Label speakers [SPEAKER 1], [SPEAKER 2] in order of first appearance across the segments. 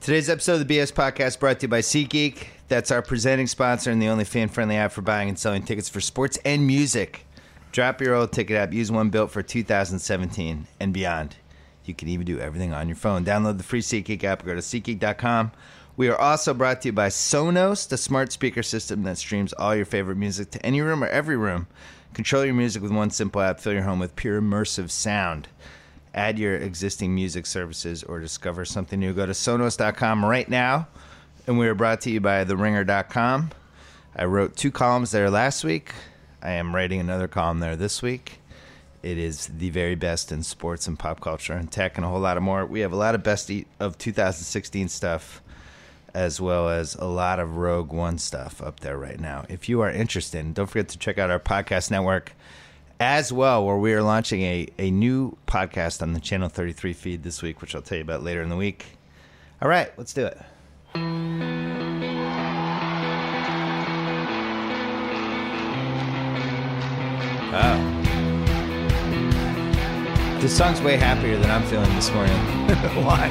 [SPEAKER 1] Today's episode of the BS Podcast brought to you by SeatGeek. That's our presenting sponsor and the only fan friendly app for buying and selling tickets for sports and music. Drop your old ticket app, use one built for 2017 and beyond. You can even do everything on your phone. Download the free SeatGeek app or go to SeatGeek.com. We are also brought to you by Sonos, the smart speaker system that streams all your favorite music to any room or every room. Control your music with one simple app, fill your home with pure immersive sound add your existing music services or discover something new go to sonos.com right now and we are brought to you by theringer.com i wrote two columns there last week i am writing another column there this week it is the very best in sports and pop culture and tech and a whole lot of more we have a lot of best e- of 2016 stuff as well as a lot of Rogue One stuff up there right now. If you are interested, don't forget to check out our podcast network as well, where we are launching a, a new podcast on the Channel 33 feed this week, which I'll tell you about later in the week. All right, let's do it. Oh. This song's way happier than I'm feeling this morning.
[SPEAKER 2] Why?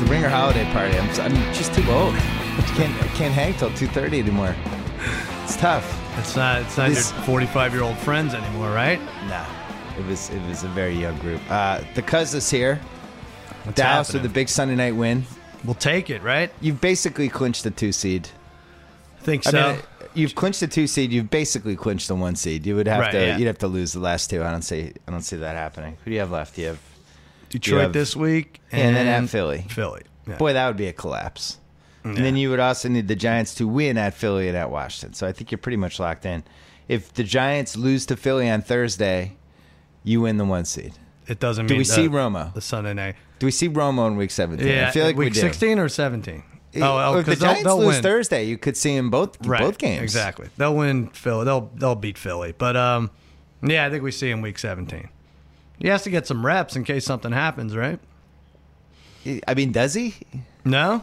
[SPEAKER 1] The Ringer Holiday Party. I'm, I'm just too old. I can't, I can't hang till 2.30 anymore. It's tough.
[SPEAKER 2] It's not. It's not
[SPEAKER 1] This-
[SPEAKER 2] your 45 year old friends anymore, right?
[SPEAKER 1] Nah, it was it was a very young group. Uh, the Cuz is here.
[SPEAKER 2] What's
[SPEAKER 1] Dallas
[SPEAKER 2] happening?
[SPEAKER 1] with a big Sunday night win.
[SPEAKER 2] We'll take it, right?
[SPEAKER 1] You've basically clinched the two seed.
[SPEAKER 2] I think
[SPEAKER 1] I mean,
[SPEAKER 2] so.
[SPEAKER 1] uh, you've clinched the two seed. You've basically clinched the one seed. You would have
[SPEAKER 2] Right,
[SPEAKER 1] to
[SPEAKER 2] yeah.
[SPEAKER 1] you'd have to lose the last two. I don't see I don't see that happening. Who do you have left? You have
[SPEAKER 2] Detroit
[SPEAKER 1] have-
[SPEAKER 2] this week,
[SPEAKER 1] and then at Philly.
[SPEAKER 2] Philly. Yeah.
[SPEAKER 1] Boy, that would be a collapse. And then you would also need the Giants to win at Philly and at Washington. So I think you're pretty much locked in. If the Giants lose to Philly on Thursday, you win the one seed.
[SPEAKER 2] it doesn't.
[SPEAKER 1] Do
[SPEAKER 2] mean
[SPEAKER 1] we
[SPEAKER 2] the,
[SPEAKER 1] see Romo?
[SPEAKER 2] the Sunday night?
[SPEAKER 1] Do we see Romo in Week 17?
[SPEAKER 2] Yeah,
[SPEAKER 1] I feel like
[SPEAKER 2] week
[SPEAKER 1] we do.
[SPEAKER 2] 16 or 17.
[SPEAKER 1] Oh, if the
[SPEAKER 2] 'cause they'll-
[SPEAKER 1] Giants
[SPEAKER 2] they'll
[SPEAKER 1] lose
[SPEAKER 2] win.
[SPEAKER 1] Thursday, you could see him both
[SPEAKER 2] right,
[SPEAKER 1] both games.
[SPEAKER 2] Exactly. They'll win Philly. They'll they'll beat Philly. But um, yeah, I think we see him week 17. He has to get some reps in case something happens, right?
[SPEAKER 1] I mean, does he?
[SPEAKER 2] No.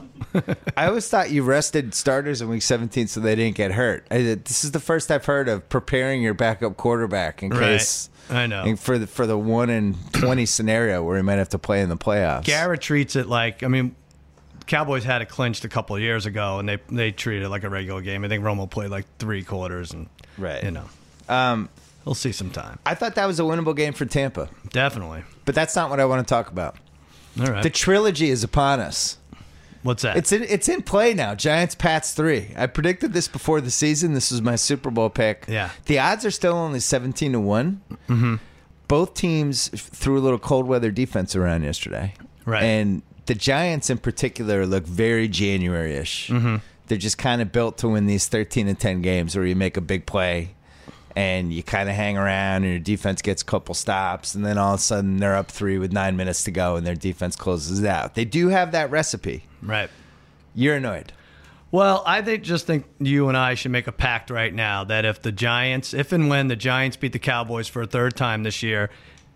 [SPEAKER 1] I always thought you rested starters in week 17 so they didn't get hurt. I, this is the first I've heard of preparing your backup quarterback in case
[SPEAKER 2] I know.
[SPEAKER 1] in- for the for the one in 20 scenario where he might have to play in the playoffs.
[SPEAKER 2] Garrett treats it like I mean, Cowboys had it clinched a couple of years ago, and they they treated it like a regular game. I think Romo played like three quarters, and
[SPEAKER 1] Right.
[SPEAKER 2] you know,
[SPEAKER 1] Um,
[SPEAKER 2] he'll see some time,
[SPEAKER 1] I thought that was a winnable game for Tampa,
[SPEAKER 2] definitely.
[SPEAKER 1] but that's not what I want to talk about.
[SPEAKER 2] All right,
[SPEAKER 1] The trilogy is upon us.
[SPEAKER 2] what's that?
[SPEAKER 1] It's in, it's in play now. Giants Pats three. I predicted this before the season. This was my Super Bowl pick.
[SPEAKER 2] Yeah.
[SPEAKER 1] The odds are still only seventeen to one. Mm-hmm. Both teams f- threw a little cold weather defense around yesterday.
[SPEAKER 2] Right.
[SPEAKER 1] And the Giants in particular look very January ish. Mm-hmm. They're just kind of built to win these thirteen to ten games where you make a big play. And you kind of hang around, and your defense gets a couple stops, and then all of a sudden they're up three with nine minutes to go, and their defense closes it out. They do have that recipe.
[SPEAKER 2] right.
[SPEAKER 1] You're annoyed.
[SPEAKER 2] Well, I think just think you and I should make a pact right now that if the Giants, if and when the Giants beat the Cowboys for a third time this year,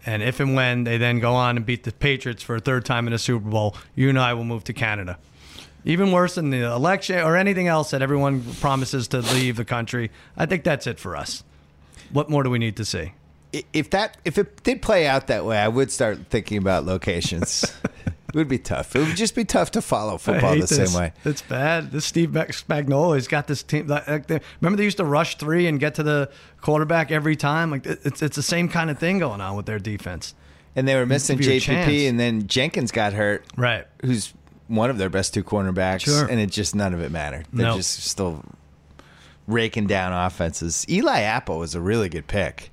[SPEAKER 2] and if and when they then go on and beat the Patriots for a third time in the Super Bowl, you and I will move to Canada. Even worse than the election or anything else that everyone promises to leave the country. I think that's it for us. What more do we need to see?
[SPEAKER 1] I- If that if it did play out that way, I would start thinking about locations. it would be tough. It would just be tough to follow football
[SPEAKER 2] I
[SPEAKER 1] the
[SPEAKER 2] hate
[SPEAKER 1] same
[SPEAKER 2] this.
[SPEAKER 1] way.
[SPEAKER 2] It's bad. This Steve Mac- Spagnuolo's got this team. Like, like they, remember they used to rush three and get to the quarterback every time. Like it- it's it's the same kind of thing going on with their defense.
[SPEAKER 1] And they were missing
[SPEAKER 2] Give you a
[SPEAKER 1] JPP,
[SPEAKER 2] chance.
[SPEAKER 1] and then Jenkins got hurt,
[SPEAKER 2] Right.
[SPEAKER 1] who's one of their best two cornerbacks,
[SPEAKER 2] Sure.
[SPEAKER 1] and it just none of it mattered. They're
[SPEAKER 2] No.
[SPEAKER 1] just still raking down offenses. Eli Apple was a really good pick.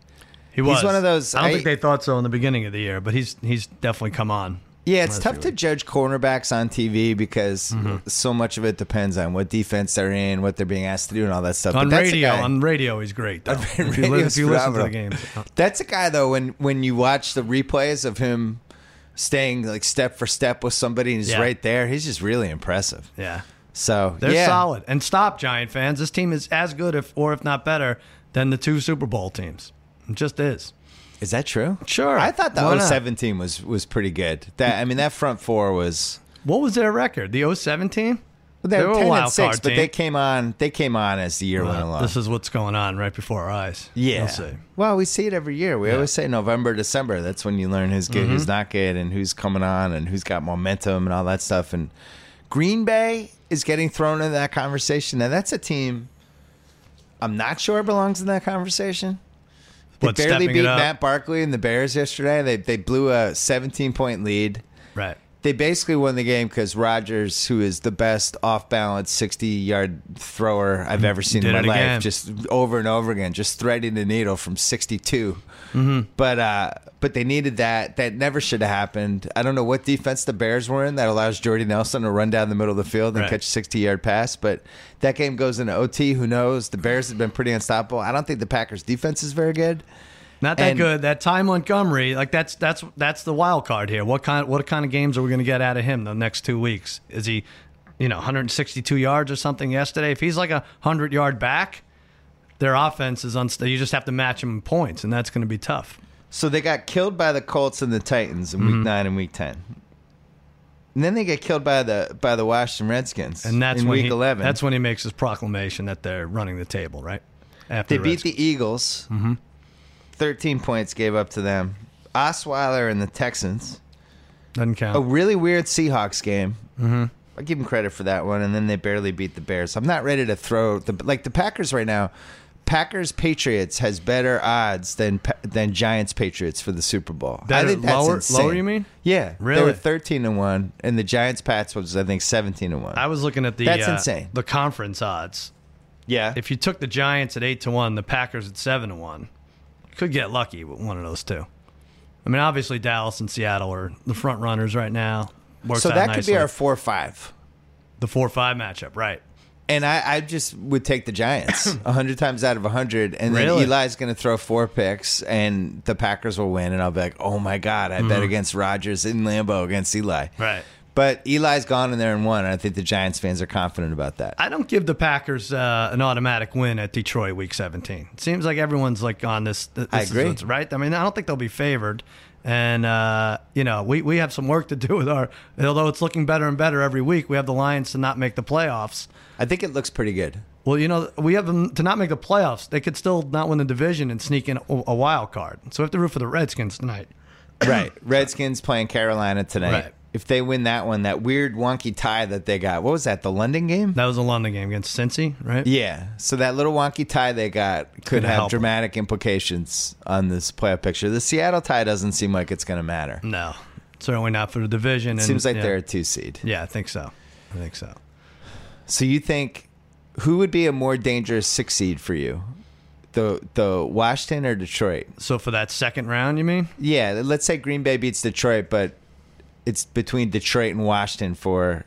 [SPEAKER 2] He was
[SPEAKER 1] one of those-
[SPEAKER 2] I don't
[SPEAKER 1] I-
[SPEAKER 2] think they thought so in the beginning of the year, but he's he's definitely come on.
[SPEAKER 1] Yeah, it's
[SPEAKER 2] That's
[SPEAKER 1] tough
[SPEAKER 2] really- Mm-hmm.
[SPEAKER 1] to judge cornerbacks on TV because so much of it depends on what defense they're in, what they're being asked to do, and all that stuff.
[SPEAKER 2] on
[SPEAKER 1] but that's a
[SPEAKER 2] radio,
[SPEAKER 1] guy-
[SPEAKER 2] on radio, he's great. Though. if you, li-
[SPEAKER 1] Radio's
[SPEAKER 2] if you listen to the
[SPEAKER 1] phenomenal.
[SPEAKER 2] games,
[SPEAKER 1] That's a guy though. When when you watch the replays of him staying like step for step with somebody, and he's
[SPEAKER 2] Yeah.
[SPEAKER 1] right there. He's just really impressive.
[SPEAKER 2] yeah,
[SPEAKER 1] So
[SPEAKER 2] they're
[SPEAKER 1] yeah.
[SPEAKER 2] solid. And stop, Giant fans. This team is as good, if or if not better, than the two Super Bowl teams. It just is.
[SPEAKER 1] Is that true?
[SPEAKER 2] Sure.
[SPEAKER 1] I thought the
[SPEAKER 2] Why not?
[SPEAKER 1] 07 team was was pretty good. That I mean, that front four was
[SPEAKER 2] What was their record? The 07 team?
[SPEAKER 1] Well, they,
[SPEAKER 2] They
[SPEAKER 1] were
[SPEAKER 2] were a
[SPEAKER 1] 10 and
[SPEAKER 2] wild
[SPEAKER 1] 6,
[SPEAKER 2] card
[SPEAKER 1] but
[SPEAKER 2] team.
[SPEAKER 1] they came on. They came on as the year went
[SPEAKER 2] Uh,
[SPEAKER 1] along.
[SPEAKER 2] this is what's going on right before our eyes.
[SPEAKER 1] yeah.
[SPEAKER 2] We'll see.
[SPEAKER 1] Well, we see it every year. We always say November, December. That's when you learn who's good,
[SPEAKER 2] Mm-hmm.
[SPEAKER 1] who's not good, and who's coming on, and who's got momentum, and all that stuff. And Green Bay is getting thrown into that conversation. Now, that's a team I'm not sure belongs in that conversation. They
[SPEAKER 2] What,
[SPEAKER 1] barely
[SPEAKER 2] stepping it
[SPEAKER 1] beat
[SPEAKER 2] up?
[SPEAKER 1] Matt Barkley and the Bears yesterday. They they blew a 17 point lead.
[SPEAKER 2] Right.
[SPEAKER 1] They basically won the game because Rodgers, who is the best off balance 60 yard thrower I've ever seen in my
[SPEAKER 2] Did it
[SPEAKER 1] life,
[SPEAKER 2] again.
[SPEAKER 1] just over and over again, just threading the needle from 62.
[SPEAKER 2] Mm-hmm.
[SPEAKER 1] But uh, but they needed that. That never should have happened. I don't know what defense the Bears were in that allows Jordy Nelson to run down the middle of the field and
[SPEAKER 2] Right.
[SPEAKER 1] catch a 60 yard pass. But that game goes into OT. Who knows? The Bears have been pretty unstoppable. I don't think the Packers' defense is very good.
[SPEAKER 2] Not that
[SPEAKER 1] And-
[SPEAKER 2] good. That Ty Montgomery, like that's that's that's the wild card here. What kind what kind of games are we going to get out of him the next two weeks? Is he, you know, 162 yards or something yesterday? If he's like a hundred yard back, their offense is unstable. You just have to match him in points, and that's going to be tough.
[SPEAKER 1] So they got killed by the Colts and the Titans in week
[SPEAKER 2] Mm-hmm.
[SPEAKER 1] nine and week ten. And then they get killed by the by the Washington Redskins.
[SPEAKER 2] And that's
[SPEAKER 1] in
[SPEAKER 2] when
[SPEAKER 1] week
[SPEAKER 2] he,
[SPEAKER 1] eleven.
[SPEAKER 2] That's when he makes his proclamation that they're running the table, right? After
[SPEAKER 1] they beat the Eagles.
[SPEAKER 2] Mm-hmm.
[SPEAKER 1] Thirteen points gave up to them. Osweiler and the Texans.
[SPEAKER 2] Redskins. doesn't count.
[SPEAKER 1] A really weird Seahawks game. Mm-hmm. I give them credit for that one. And then they barely beat the Bears. I'm not ready to throw the like the Packers right now. Packers Patriots has better odds than Pa- than Giants Patriots for the Super Bowl. I
[SPEAKER 2] Better-
[SPEAKER 1] think that's
[SPEAKER 2] lower-
[SPEAKER 1] insane.
[SPEAKER 2] lower, you mean?
[SPEAKER 1] Yeah, They were
[SPEAKER 2] Really?
[SPEAKER 1] thirteen and one, and the Giants Pats was I think seventeen and one.
[SPEAKER 2] I was looking at the
[SPEAKER 1] That's
[SPEAKER 2] uh,
[SPEAKER 1] insane.
[SPEAKER 2] the conference odds.
[SPEAKER 1] yeah,
[SPEAKER 2] If you took the Giants at eight to one, the Packers at seven to one, you could get lucky with one of those two. I mean, obviously Dallas and Seattle are the front runners right now. Works
[SPEAKER 1] so
[SPEAKER 2] out
[SPEAKER 1] that
[SPEAKER 2] nicely.
[SPEAKER 1] could be our four five.
[SPEAKER 2] the four five matchup, right?
[SPEAKER 1] And I, I just would take the Giants hundred times out of hundred, and
[SPEAKER 2] Really?
[SPEAKER 1] then Eli's going to throw four picks, and the Packers will win, and I'll be like, "Oh my god, I bet against Rodgers in Lambeau against Eli."
[SPEAKER 2] Mm-hmm. Right.
[SPEAKER 1] But Eli's gone in there and won, and I think the Giants fans are confident about that.
[SPEAKER 2] I don't give the Packers uh, an automatic win at Detroit Week 17. It seems like everyone's like on this. th- this
[SPEAKER 1] I
[SPEAKER 2] is
[SPEAKER 1] agree.
[SPEAKER 2] what's right? I mean, I don't think they'll be favored, and uh, you know, we we have some work to do with our. Although it's looking better and better every week, we have the Lions to not make the playoffs.
[SPEAKER 1] I think it looks pretty good.
[SPEAKER 2] Well, you know, we have them to not make the playoffs. They could still not win the division and sneak in a, a wild card. So we have to root for the Redskins tonight.
[SPEAKER 1] Right. Redskins playing Carolina tonight.
[SPEAKER 2] Right.
[SPEAKER 1] If they win that one, that weird wonky tie that they got, what was that? The London game?
[SPEAKER 2] That was a London game against Cincy, right?
[SPEAKER 1] Yeah. So that little wonky tie they got could
[SPEAKER 2] Gonna
[SPEAKER 1] have
[SPEAKER 2] help 'em.
[SPEAKER 1] dramatic implications on this playoff picture. The Seattle tie doesn't seem like it's going to matter.
[SPEAKER 2] No, certainly not for the division. and-
[SPEAKER 1] Seems like
[SPEAKER 2] Mm, yeah.
[SPEAKER 1] they're a two seed.
[SPEAKER 2] Yeah, I think so. I think so.
[SPEAKER 1] So you think who would be a more dangerous six seed for you? The the Washington or Detroit?
[SPEAKER 2] So for that second round, you mean?
[SPEAKER 1] Yeah, let's say Green Bay beats Detroit, but it's between Detroit and Washington for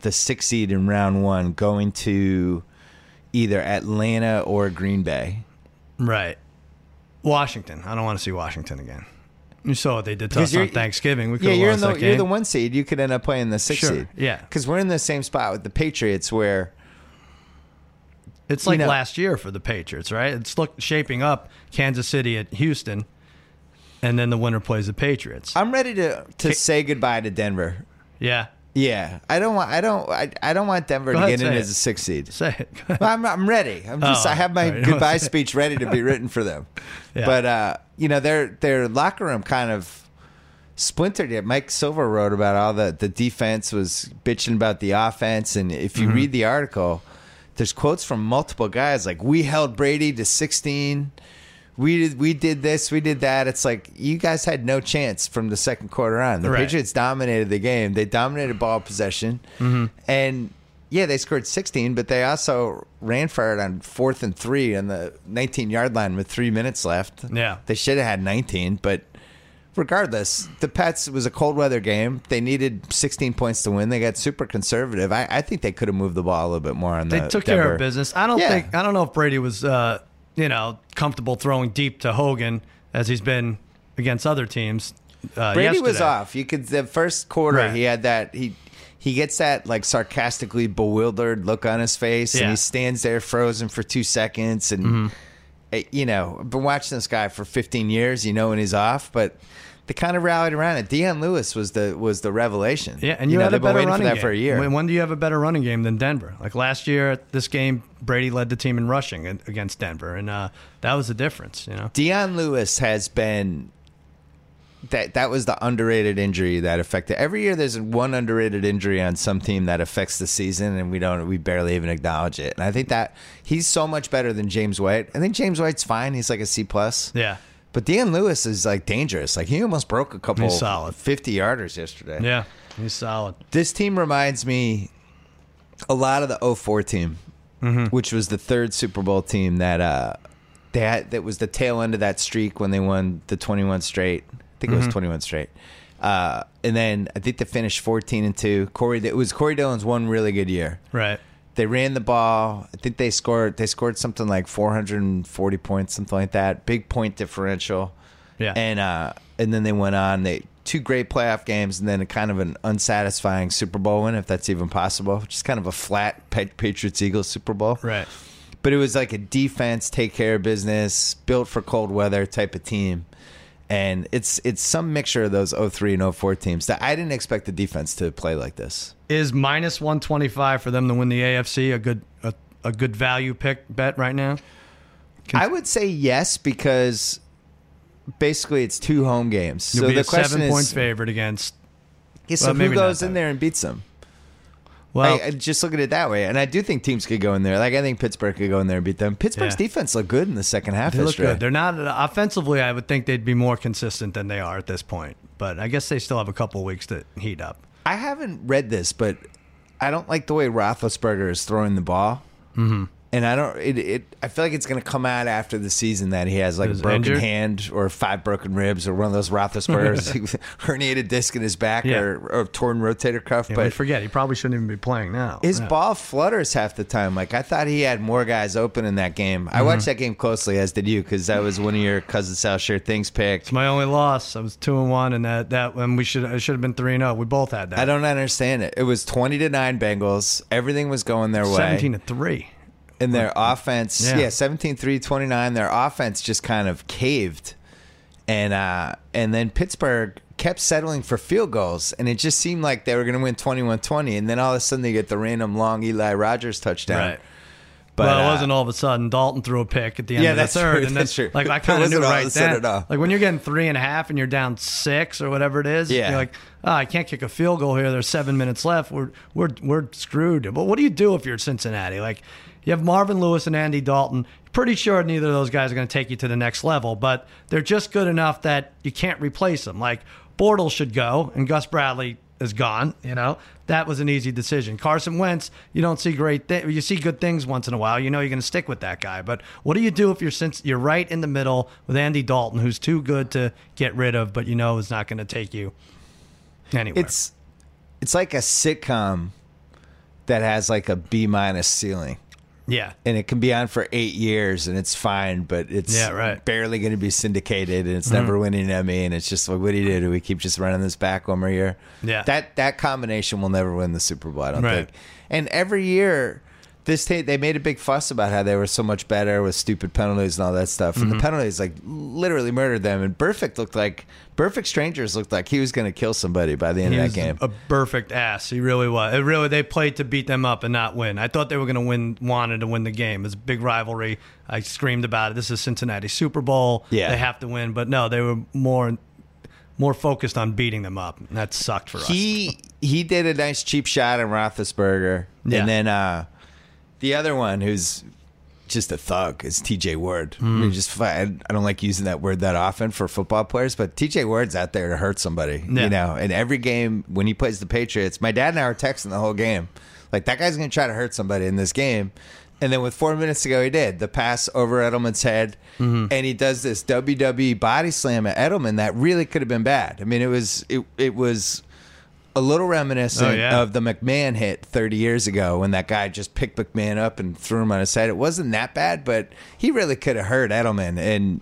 [SPEAKER 1] the six seed in round one, going to either Atlanta or Green Bay.
[SPEAKER 2] Right. Washington. I don't want to see Washington again. You saw what they did to us on
[SPEAKER 1] you're-
[SPEAKER 2] Thanksgiving. We could
[SPEAKER 1] Yeah,
[SPEAKER 2] have
[SPEAKER 1] you're in
[SPEAKER 2] lost
[SPEAKER 1] the
[SPEAKER 2] that game.
[SPEAKER 1] you're the one seed. You could end up playing the six
[SPEAKER 2] Sure,
[SPEAKER 1] seed.
[SPEAKER 2] yeah.
[SPEAKER 1] because we're in the same spot with the Patriots, where
[SPEAKER 2] It's like
[SPEAKER 1] know-
[SPEAKER 2] last year for the Patriots, right? It's look, shaping up Kansas City at Houston, and then the winner plays the Patriots.
[SPEAKER 1] I'm ready to to say goodbye to Denver.
[SPEAKER 2] yeah.
[SPEAKER 1] Yeah, I don't want I don't I, I don't want Denver to
[SPEAKER 2] ahead,
[SPEAKER 1] get in
[SPEAKER 2] say
[SPEAKER 1] as
[SPEAKER 2] it.
[SPEAKER 1] a six seed.
[SPEAKER 2] Say it.
[SPEAKER 1] Well, I'm, I'm ready. I'm just.
[SPEAKER 2] Oh,
[SPEAKER 1] I have my
[SPEAKER 2] sorry.
[SPEAKER 1] goodbye speech ready to be written for them.
[SPEAKER 2] Yeah.
[SPEAKER 1] But uh, you know, their their locker room kind of splintered it. Mike Silver wrote about all the the defense was bitching about the offense, and if
[SPEAKER 2] Mm-hmm.
[SPEAKER 1] you read the article, there's quotes from multiple guys like, "We held Brady to 16." We did, we did this, we did that. It's like you guys had no chance from the second quarter on. The
[SPEAKER 2] Right.
[SPEAKER 1] Patriots dominated the game. They dominated ball possession,
[SPEAKER 2] Mm-hmm.
[SPEAKER 1] and yeah, they scored 16, but they also ran for it on fourth and three on the 19 yard line with three minutes left.
[SPEAKER 2] Yeah.
[SPEAKER 1] they should have had 19, but regardless, the Pats it was a cold weather game. They needed 16 points to win. They got super conservative. I, I think they could have moved the ball a little bit more on
[SPEAKER 2] They
[SPEAKER 1] the.
[SPEAKER 2] took care
[SPEAKER 1] Denver.
[SPEAKER 2] of business. I don't
[SPEAKER 1] Uh, Yeah.
[SPEAKER 2] think I don't know if Brady was uh, you know comfortable throwing deep to Hogan as he's been against other teams. Uh,
[SPEAKER 1] Brady was
[SPEAKER 2] yesterday.
[SPEAKER 1] off. You could the first quarter
[SPEAKER 2] Right.
[SPEAKER 1] he had that he he gets that like sarcastically bewildered look on his face and
[SPEAKER 2] Yeah. Mm-hmm.
[SPEAKER 1] he stands there frozen for 2 seconds and eh, you know, I've been watching this guy for 15 years, you know when he's off, but they kind of rallied around it. Deion Lewis was the was the revelation.
[SPEAKER 2] Yeah, and you,
[SPEAKER 1] know,
[SPEAKER 2] had a
[SPEAKER 1] they've been
[SPEAKER 2] better
[SPEAKER 1] waiting
[SPEAKER 2] running
[SPEAKER 1] for that
[SPEAKER 2] game.
[SPEAKER 1] for a year.
[SPEAKER 2] When, when do you have a better running game than Denver? Like last year at this game, Brady led the team in rushing ag- against Denver, and uh, that was the difference. You know,
[SPEAKER 1] Deion Lewis has been that that was the underrated injury that affected every year there's one underrated injury on some team that affects the season and we don't we barely even acknowledge it. And I think that he's so much better than James White. I think James White's fine, he's like a C plus.
[SPEAKER 2] yeah,
[SPEAKER 1] But Deion Lewis is like dangerous. Like he almost broke a couple
[SPEAKER 2] He's solid.
[SPEAKER 1] fifty yarders yesterday.
[SPEAKER 2] yeah, he's solid.
[SPEAKER 1] This team reminds me a lot of the 04 team, which was the third Super Bowl team that uh, they had, that was the tail end of that streak when they won the 21 straight. I think it was 21 straight. Uh, and then I think they finished 14 and 2. Corey it was Corey Dillon's one really good year.
[SPEAKER 2] Right.
[SPEAKER 1] They ran the ball. I think they scored they scored something like 440 points, something like that. Big point differential.
[SPEAKER 2] Yeah.
[SPEAKER 1] And uh, and then they went on. They two great playoff games, and then a kind of an unsatisfying Super Bowl win, if that's even possible. Just kind of a flat Patriots Eagles Super Bowl.
[SPEAKER 2] right.
[SPEAKER 1] But it was like a defense, take care of business, built for cold weather type of team. And it's it's some mixture of those 03 and 04 teams that I didn't expect the defense to play like this.
[SPEAKER 2] Is minus one twenty five for them to win the AFC a good a, a good value pick bet right now?
[SPEAKER 1] I would say yes because basically it's two home games.
[SPEAKER 2] You'll
[SPEAKER 1] so
[SPEAKER 2] be
[SPEAKER 1] the
[SPEAKER 2] a
[SPEAKER 1] question
[SPEAKER 2] seven point
[SPEAKER 1] is,
[SPEAKER 2] favorite against.
[SPEAKER 1] yeah, so
[SPEAKER 2] well,
[SPEAKER 1] who
[SPEAKER 2] maybe not
[SPEAKER 1] goes
[SPEAKER 2] that.
[SPEAKER 1] in there and beats them?
[SPEAKER 2] Well,
[SPEAKER 1] I, I just look at it that way, and I do think teams could go in there. Like I think Pittsburgh could go in there and beat them. Pittsburgh's
[SPEAKER 2] Yeah.
[SPEAKER 1] defense looked good in the second half.
[SPEAKER 2] They look
[SPEAKER 1] yesterday.
[SPEAKER 2] good. They're not offensively. I would think they'd be more consistent than they are at this point. But I guess they still have a couple weeks to heat up.
[SPEAKER 1] I haven't read this, but I don't like the way Roethlisberger is throwing the ball. Mm-hmm. And I don't. It, it. I feel like it's going to come out after the season that he has like a
[SPEAKER 2] Is
[SPEAKER 1] broken
[SPEAKER 2] injured?
[SPEAKER 1] hand or five broken ribs or one of those Roethlisbergers, herniated disc in his back
[SPEAKER 2] Yeah.
[SPEAKER 1] or, or torn rotator cuff.
[SPEAKER 2] Yeah, we
[SPEAKER 1] but
[SPEAKER 2] forget he probably shouldn't even be playing now.
[SPEAKER 1] His
[SPEAKER 2] Yeah.
[SPEAKER 1] ball flutters half the time. Like I thought he had more guys open in that game.
[SPEAKER 2] Mm-hmm.
[SPEAKER 1] I watched that game closely, as did you, because that was one of your cousin Sal Sure Things picks.
[SPEAKER 2] It's my only loss. I was two and one, and that that when we should I should have been three and zero. We both had that.
[SPEAKER 1] I don't understand it. It was twenty to nine Bengals. Everything was going their way.
[SPEAKER 2] Seventeen to three.
[SPEAKER 1] and their offense
[SPEAKER 2] Yeah.
[SPEAKER 1] yeah 17-3-29 their offense just kind of caved and uh and then pittsburgh kept settling for field goals and it just seemed like they were going to win 21-20 and then all of a sudden they get the random long eli rogers touchdown
[SPEAKER 2] Right.
[SPEAKER 1] but
[SPEAKER 2] well,
[SPEAKER 1] uh,
[SPEAKER 2] it wasn't all of a sudden. Dalton threw a pick at the end
[SPEAKER 1] Yeah,
[SPEAKER 2] of the
[SPEAKER 1] that's
[SPEAKER 2] third,
[SPEAKER 1] true,
[SPEAKER 2] and
[SPEAKER 1] that's true.
[SPEAKER 2] then, Like I
[SPEAKER 1] It
[SPEAKER 2] kind of
[SPEAKER 1] wasn't
[SPEAKER 2] knew
[SPEAKER 1] all of a
[SPEAKER 2] right
[SPEAKER 1] sudden at
[SPEAKER 2] then.
[SPEAKER 1] all.
[SPEAKER 2] Like when you're getting three and a half and you're down six or whatever it is,
[SPEAKER 1] Yeah.
[SPEAKER 2] you're like, oh, I can't kick a field goal here. There's seven minutes left. We're we're we're screwed. But what do you do if you're Cincinnati? Like you have Marvin Lewis and Andy Dalton. Pretty sure neither of those guys are going to take you to the next level, but they're just good enough that you can't replace them. Like Bortles should go, and Gus Bradley is gone. You know that was an easy decision. Carson Wentz, you don't see great, thi- you see good things once in a while. You know you're going to stick with that guy. But what do you do if you're since you're right in the middle with Andy Dalton, who's too good to get rid of, but you know is not going to take you anywhere?
[SPEAKER 1] it's it's like a sitcom that has like a b minus ceiling
[SPEAKER 2] yeah,
[SPEAKER 1] and it can be on for eight years and it's fine, but it's
[SPEAKER 2] Yeah, right. Mm-hmm.
[SPEAKER 1] barely going to be syndicated and it's never winning an Emmy. And it's just like, what do you do? Do we keep just running this back one more year?
[SPEAKER 2] Yeah.
[SPEAKER 1] That that combination will never win the Super Bowl, I don't
[SPEAKER 2] Right.
[SPEAKER 1] think. And every year, this ta- they made a big fuss about how they were so much better with stupid penalties and all that stuff.
[SPEAKER 2] Mm-hmm.
[SPEAKER 1] And the penalties like literally murdered them. And Perfect looked like Perfect Strangers looked like he was going to kill somebody by the end
[SPEAKER 2] he
[SPEAKER 1] of
[SPEAKER 2] was
[SPEAKER 1] that game.
[SPEAKER 2] a perfect ass. He really was. It really they played to beat them up and not win. I thought they were going to win, wanted to win the game. It was a big rivalry. I screamed about it. This is Cincinnati Super Bowl.
[SPEAKER 1] Yeah.
[SPEAKER 2] they have to win. But no, they were more more focused on beating them up. And that sucked for us.
[SPEAKER 1] he he did a nice cheap shot on Roethlisberger,
[SPEAKER 2] Yeah.
[SPEAKER 1] and then uh, the other one who's just a thug is T.J. Ward. I
[SPEAKER 2] Hmm.
[SPEAKER 1] mean, just I I don't like using that word that often for football players, but T.J. Ward's out there to hurt somebody,
[SPEAKER 2] Yeah.
[SPEAKER 1] you know. And every game when he plays the Patriots, my dad and I were texting the whole game, like that guy's going to try to hurt somebody in this game. And then with four minutes to go, he did the pass over Edelman's head,
[SPEAKER 2] Mm-hmm.
[SPEAKER 1] and he does this WWE body slam at Edelman that really could have been bad. I mean, it was it it was a little reminiscent
[SPEAKER 2] Oh, yeah.
[SPEAKER 1] of the McMahon hit 30 years ago when that guy just picked McMahon up and threw him on his head. It wasn't that bad, but he really could have hurt Edelman. And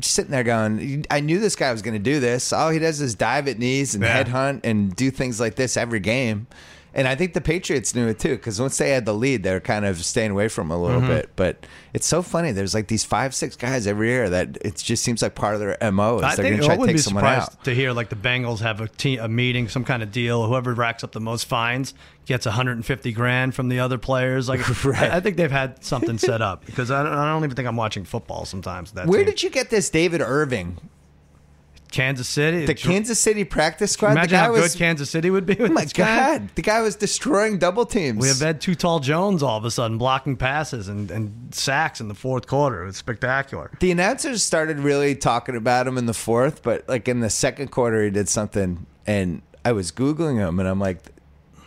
[SPEAKER 1] just sitting there going, I knew this guy was going to do this. All he does is dive at knees and
[SPEAKER 2] Yeah.
[SPEAKER 1] headhunt and do things like this every game. And I think the Patriots knew it too, because once they had the lead, they were kind of staying away from him a
[SPEAKER 2] Mm-hmm.
[SPEAKER 1] little bit. But it's so funny. There's like these five, six guys every year that it just seems like part of their MO is
[SPEAKER 2] I
[SPEAKER 1] they're going
[SPEAKER 2] think
[SPEAKER 1] to
[SPEAKER 2] I
[SPEAKER 1] try to
[SPEAKER 2] would
[SPEAKER 1] take
[SPEAKER 2] be
[SPEAKER 1] someone
[SPEAKER 2] surprised
[SPEAKER 1] out.
[SPEAKER 2] to hear like the Bengals have a, te- a meeting, some kind of deal. Whoever racks up the most fines gets 150 grand from the other players. Like,
[SPEAKER 1] Right.
[SPEAKER 2] I, I think they've had something set up because I don't, I don't even think I'm watching football sometimes. That
[SPEAKER 1] Where
[SPEAKER 2] team.
[SPEAKER 1] did you get this David Irving?
[SPEAKER 2] Kansas City?
[SPEAKER 1] The Kansas City practice squad? the
[SPEAKER 2] Imagine
[SPEAKER 1] guy
[SPEAKER 2] how good
[SPEAKER 1] was,
[SPEAKER 2] Kansas City would be. With
[SPEAKER 1] Oh my
[SPEAKER 2] this guy.
[SPEAKER 1] God. The guy was destroying double teams.
[SPEAKER 2] We have had Too Tall Jones all of a sudden blocking passes and, and sacks in the fourth quarter. It's spectacular.
[SPEAKER 1] the announcers started really talking about him in the fourth, but like in the second quarter, he did something, and I was googling him, and I'm like,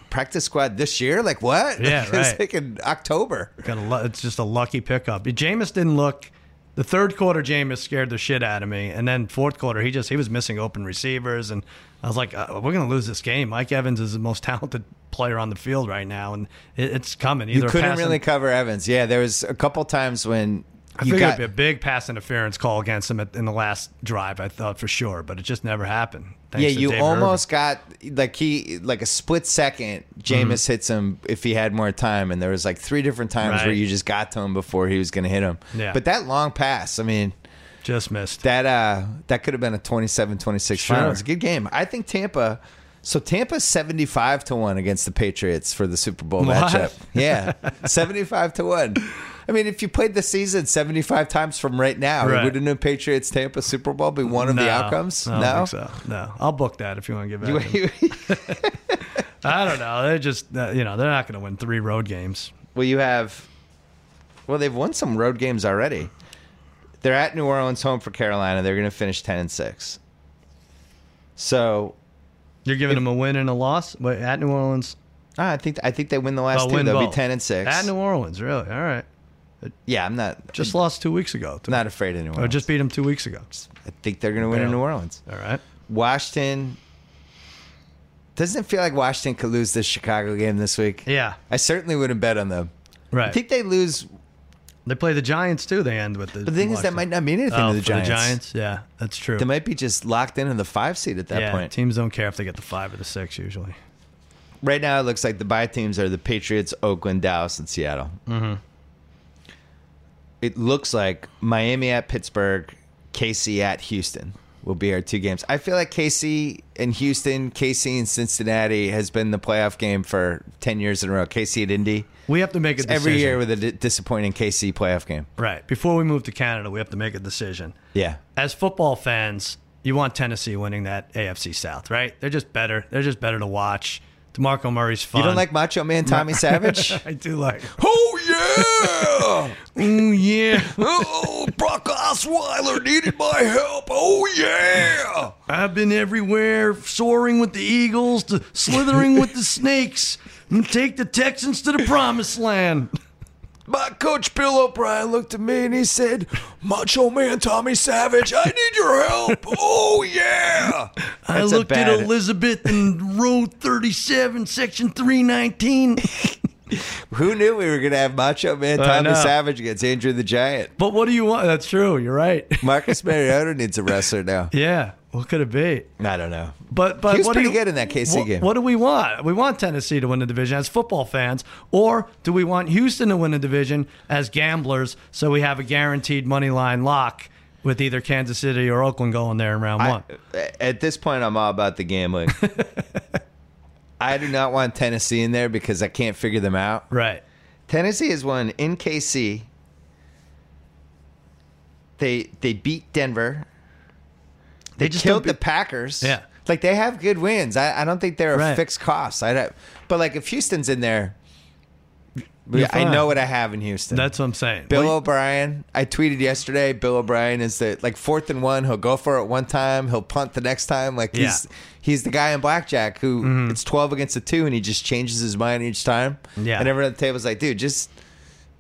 [SPEAKER 1] practice squad this year? Like what?
[SPEAKER 2] Yeah,
[SPEAKER 1] it's
[SPEAKER 2] right.
[SPEAKER 1] like in October.
[SPEAKER 2] Got a lu- it's just a lucky pickup. Jameis didn't look. The third quarter, Jameis scared the shit out of me, and then fourth quarter, he just he was missing open receivers, and I was like, uh, we're gonna lose this game. Mike Evans is the most talented player on the field right now, and it, it's coming. Either
[SPEAKER 1] You couldn't
[SPEAKER 2] passing,
[SPEAKER 1] really cover Evans. Yeah, there was a couple times when
[SPEAKER 2] I
[SPEAKER 1] you
[SPEAKER 2] figured
[SPEAKER 1] got.
[SPEAKER 2] it'd be a big pass interference call against him at, in the last drive. I thought for sure, but it just never happened. Thanks
[SPEAKER 1] Yeah,
[SPEAKER 2] to
[SPEAKER 1] you
[SPEAKER 2] David Irving.
[SPEAKER 1] almost got like he like a split second. Jameis
[SPEAKER 2] Mm-hmm.
[SPEAKER 1] hits him if he had more time, and there was like three different times where
[SPEAKER 2] Right.
[SPEAKER 1] you just got to him before he was going to hit him.
[SPEAKER 2] Yeah.
[SPEAKER 1] But that long pass, I mean,
[SPEAKER 2] just missed.
[SPEAKER 1] that uh that could have been a 27-26
[SPEAKER 2] Sure.
[SPEAKER 1] final. It's a good game. I think Tampa so Tampa's 75 to 1 against the Patriots for the Super Bowl
[SPEAKER 2] What?
[SPEAKER 1] matchup. Yeah. 75 to 1. I mean, if you played the season 75 times from right now,
[SPEAKER 2] Right.
[SPEAKER 1] would a new Patriots Tampa Super Bowl be one of the
[SPEAKER 2] No,
[SPEAKER 1] outcomes?
[SPEAKER 2] I don't think so. No, I'll book that if you want to give
[SPEAKER 1] You-
[SPEAKER 2] that. to me.
[SPEAKER 1] you-
[SPEAKER 2] I don't know. They're just uh, you know they're not going to win three road games.
[SPEAKER 1] well, you have Well, they've won some road games already. They're at New Orleans home for Carolina. They're going to finish 10 and 6. So,
[SPEAKER 2] You're giving them a win and a loss Wait, at New Orleans.
[SPEAKER 1] Ah, I think I think they win the last
[SPEAKER 2] They'll
[SPEAKER 1] two.
[SPEAKER 2] win
[SPEAKER 1] They'll
[SPEAKER 2] both.
[SPEAKER 1] be ten and six.
[SPEAKER 2] At New Orleans, really? All right.
[SPEAKER 1] yeah, I'm not
[SPEAKER 2] Just
[SPEAKER 1] just
[SPEAKER 2] lost two weeks ago. To
[SPEAKER 1] not afraid of New
[SPEAKER 2] or
[SPEAKER 1] Orleans.
[SPEAKER 2] just beat them two weeks ago.
[SPEAKER 1] I think they're going to win in
[SPEAKER 2] Barely.
[SPEAKER 1] New Orleans.
[SPEAKER 2] All right.
[SPEAKER 1] Washington doesn't it feel like Washington could lose this Chicago game this week.
[SPEAKER 2] Yeah.
[SPEAKER 1] I certainly wouldn't bet on them.
[SPEAKER 2] Right.
[SPEAKER 1] I think they lose.
[SPEAKER 2] they play the Giants too. They end with the.
[SPEAKER 1] But the thing is, that might not mean anything
[SPEAKER 2] oh,
[SPEAKER 1] to the
[SPEAKER 2] for
[SPEAKER 1] Giants.
[SPEAKER 2] the Giants. Yeah, that's true.
[SPEAKER 1] They might be just locked into the five seed at that
[SPEAKER 2] yeah,
[SPEAKER 1] point.
[SPEAKER 2] teams don't care if they get the five or the six usually.
[SPEAKER 1] Right now, it looks like the bye teams are the Patriots, Oakland, Dallas, and Seattle. Mm-hmm. It looks like Miami at Pittsburgh, KC at Houston will be our two games. I feel like KC and Houston, KC and Cincinnati has been the playoff game for 10 years in a row. KC at Indy.
[SPEAKER 2] We have to make a decision
[SPEAKER 1] Every year with a di- disappointing KC playoff game.
[SPEAKER 2] Right before we move to Canada, we have to make a decision.
[SPEAKER 1] Yeah.
[SPEAKER 2] as football fans, you want Tennessee winning that AFC South, right? They're just better. They're just better to watch. DeMarco Murray's fun.
[SPEAKER 1] You don't like Macho Man Tommy Savage?
[SPEAKER 2] I do like.
[SPEAKER 1] oh, yeah!
[SPEAKER 2] Ooh, yeah.
[SPEAKER 1] Oh, Brock Osweiler needed my help. Oh, yeah.
[SPEAKER 2] I've been everywhere, soaring with the Eagles to slithering with the Snakes. And take the Texans to the promised land.
[SPEAKER 1] My coach, Bill O'Brien, looked at me and he said, Macho Man Tommy Savage, I need your help. Oh, yeah.
[SPEAKER 2] I
[SPEAKER 1] That's a
[SPEAKER 2] looked at
[SPEAKER 1] bad-
[SPEAKER 2] Elizabeth and row 37, section 319.
[SPEAKER 1] Who knew we were going to have Macho Man
[SPEAKER 2] I
[SPEAKER 1] Tommy
[SPEAKER 2] know.
[SPEAKER 1] Savage against Andrew the Giant?
[SPEAKER 2] But what do you want? That's true. You're right.
[SPEAKER 1] Marcus Mariota needs a wrestler now.
[SPEAKER 2] Yeah. What could it be?
[SPEAKER 1] I don't know.
[SPEAKER 2] But but
[SPEAKER 1] He was
[SPEAKER 2] what do
[SPEAKER 1] pretty
[SPEAKER 2] you-
[SPEAKER 1] good in that KC
[SPEAKER 2] wh-
[SPEAKER 1] game.
[SPEAKER 2] What do we want? We want Tennessee to win the division as football fans, or do we want Houston to win the division as gamblers? So we have a guaranteed money line lock with either Kansas City or Oakland going there in round one.
[SPEAKER 1] At this point, I'm all about the gambling. I do not want Tennessee in there because I can't figure them out.
[SPEAKER 2] Right.
[SPEAKER 1] Tennessee has won in KC. They they beat Denver. They,
[SPEAKER 2] just
[SPEAKER 1] killed
[SPEAKER 2] don't be-
[SPEAKER 1] the Packers.
[SPEAKER 2] Yeah.
[SPEAKER 1] like they have good wins. I, I don't think they're a
[SPEAKER 2] Right.
[SPEAKER 1] fixed cost. I don't, but like if Houston's in there, I
[SPEAKER 2] fine.
[SPEAKER 1] know what I have in Houston.
[SPEAKER 2] That's what I'm saying.
[SPEAKER 1] Bill
[SPEAKER 2] Well,
[SPEAKER 1] O'Brien. I tweeted yesterday. Bill O'Brien is the like fourth and one. He'll go for it one time. He'll punt the next time. Like he's
[SPEAKER 2] Yeah. Mm-hmm.
[SPEAKER 1] he's the guy in blackjack who it's twelve against a two, and he just changes his mind each time.
[SPEAKER 2] Yeah.
[SPEAKER 1] and everyone at the table's like, dude, just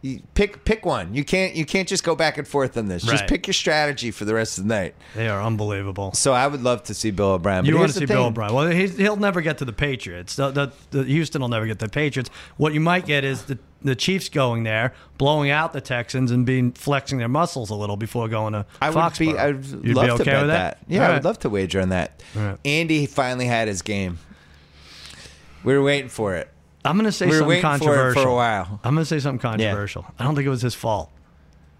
[SPEAKER 1] you pick pick one. You can't you can't just go back and forth on this. Just
[SPEAKER 2] Right.
[SPEAKER 1] pick your strategy for the rest of the night.
[SPEAKER 2] they are unbelievable.
[SPEAKER 1] So I would love to see Bill O'Brien. But
[SPEAKER 2] You want
[SPEAKER 1] here's
[SPEAKER 2] to
[SPEAKER 1] the
[SPEAKER 2] see Bill
[SPEAKER 1] thing.
[SPEAKER 2] O'Brien? Well, he's, he'll never get to the Patriots. The, the, the Houston will never get to the Patriots. What you might get is the the Chiefs going there, blowing out the Texans, and being flexing their muscles a little before going to.
[SPEAKER 1] I would be. I would
[SPEAKER 2] You'd
[SPEAKER 1] love
[SPEAKER 2] be okay
[SPEAKER 1] to bet
[SPEAKER 2] with
[SPEAKER 1] that. Yeah,
[SPEAKER 2] All
[SPEAKER 1] I
[SPEAKER 2] right.
[SPEAKER 1] would love to wager on that.
[SPEAKER 2] All right.
[SPEAKER 1] Andy finally had his game. We were waiting for it.
[SPEAKER 2] I'm going to say
[SPEAKER 3] We were
[SPEAKER 2] something
[SPEAKER 3] waiting for it for a
[SPEAKER 2] controversial.
[SPEAKER 3] while.
[SPEAKER 2] I'm going to say something controversial. I don't think it was his fault.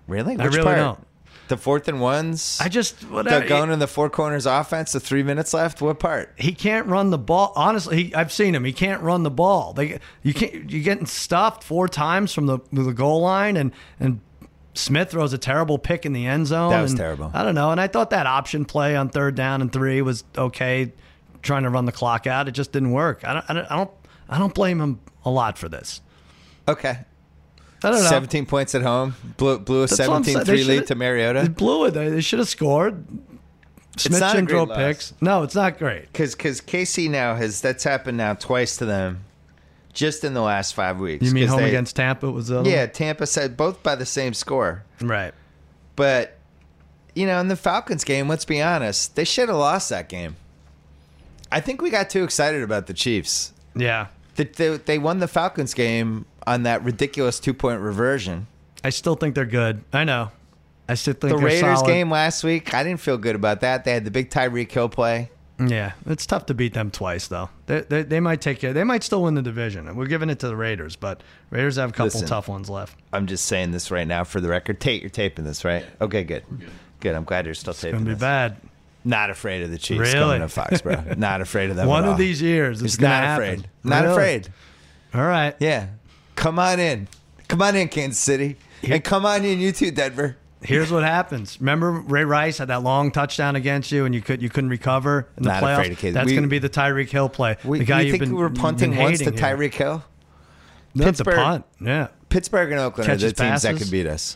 [SPEAKER 1] Really?
[SPEAKER 2] I really don't.
[SPEAKER 1] The fourth and ones.
[SPEAKER 2] I just whatever.
[SPEAKER 1] the going in the four corners offense. The three minutes left. What part?
[SPEAKER 2] he can't run the ball. Honestly, he, I've seen him. He can't run the ball. They you can't you're getting stopped four times from the the goal line, and and Smith throws a terrible pick in the end zone.
[SPEAKER 1] That was
[SPEAKER 2] and
[SPEAKER 1] terrible.
[SPEAKER 2] I don't know. And I thought that option play on third down and three was okay, trying to run the clock out. It just didn't work. I don't I don't I don't, I don't blame him a lot for this.
[SPEAKER 1] Okay.
[SPEAKER 2] I don't know.
[SPEAKER 1] Seventeen points at home. Blew blew a
[SPEAKER 2] That's what I'm saying.
[SPEAKER 1] 17-3
[SPEAKER 2] They
[SPEAKER 1] lead
[SPEAKER 2] should've-
[SPEAKER 1] to Mariota.
[SPEAKER 2] They blew it. They, they should have scored. Smith
[SPEAKER 1] not a
[SPEAKER 2] shouldn't
[SPEAKER 1] great
[SPEAKER 2] throw
[SPEAKER 1] loss.
[SPEAKER 2] picks. No, it's not great.
[SPEAKER 1] because because KC now has that's happened now twice to them, just in the last five weeks.
[SPEAKER 2] You mean
[SPEAKER 1] 'Cause
[SPEAKER 2] home
[SPEAKER 1] they-
[SPEAKER 2] against Tampa was the other
[SPEAKER 1] Yeah, Tampa said both by the same score,
[SPEAKER 2] one? right.
[SPEAKER 1] but you know, in the Falcons game, let's be honest, they should have lost that game. I think we got too excited about the Chiefs.
[SPEAKER 2] Yeah.
[SPEAKER 1] They, they, they won the Falcons game on that ridiculous two point reversion.
[SPEAKER 2] I still think they're good. I know. I still think
[SPEAKER 1] The
[SPEAKER 2] they're
[SPEAKER 1] Raiders
[SPEAKER 2] solid.
[SPEAKER 1] game last week, I didn't feel good about that. They had the big Tyreek Hill play.
[SPEAKER 2] Yeah, it's tough to beat them twice though. They, they, they might take care. They might still win the division. We're giving it to the Raiders, but Raiders have a couple
[SPEAKER 1] Listen.
[SPEAKER 2] tough ones left.
[SPEAKER 1] I'm just saying this right now for the record. Tate, you're taping this, right? Okay, good. Good. I'm glad you're still taping
[SPEAKER 2] Gonna be
[SPEAKER 1] this.
[SPEAKER 2] bad.
[SPEAKER 1] Not afraid of the Chiefs
[SPEAKER 2] Really?
[SPEAKER 1] coming to Foxborough. Not afraid of them.
[SPEAKER 2] One
[SPEAKER 1] at
[SPEAKER 2] of
[SPEAKER 1] all.
[SPEAKER 2] these years, it's
[SPEAKER 1] Just
[SPEAKER 2] gonna
[SPEAKER 1] not
[SPEAKER 2] happen.
[SPEAKER 1] afraid. Not
[SPEAKER 2] Really?
[SPEAKER 1] afraid.
[SPEAKER 2] All right.
[SPEAKER 1] Yeah. Come on in. Come on in, Kansas City. And come on in, you too, Denver.
[SPEAKER 2] Here's what happens. Remember, Ray Rice had that long touchdown against you, and you could you couldn't recover in the
[SPEAKER 1] Not
[SPEAKER 2] playoffs.
[SPEAKER 1] afraid of kids.
[SPEAKER 2] That's
[SPEAKER 1] We-
[SPEAKER 2] going to be the Tyreek Hill play.
[SPEAKER 1] We,
[SPEAKER 2] the guy
[SPEAKER 1] you
[SPEAKER 2] you've
[SPEAKER 1] think
[SPEAKER 2] been,
[SPEAKER 1] we were
[SPEAKER 2] you've
[SPEAKER 1] punting
[SPEAKER 2] been
[SPEAKER 1] once to
[SPEAKER 2] hating here.
[SPEAKER 1] Tyreek Hill?
[SPEAKER 2] That's a
[SPEAKER 1] Pittsburgh.
[SPEAKER 2] punt. Yeah.
[SPEAKER 1] Pittsburgh and Oakland
[SPEAKER 2] Catches
[SPEAKER 1] are the teams that
[SPEAKER 2] passes.
[SPEAKER 1] can beat us.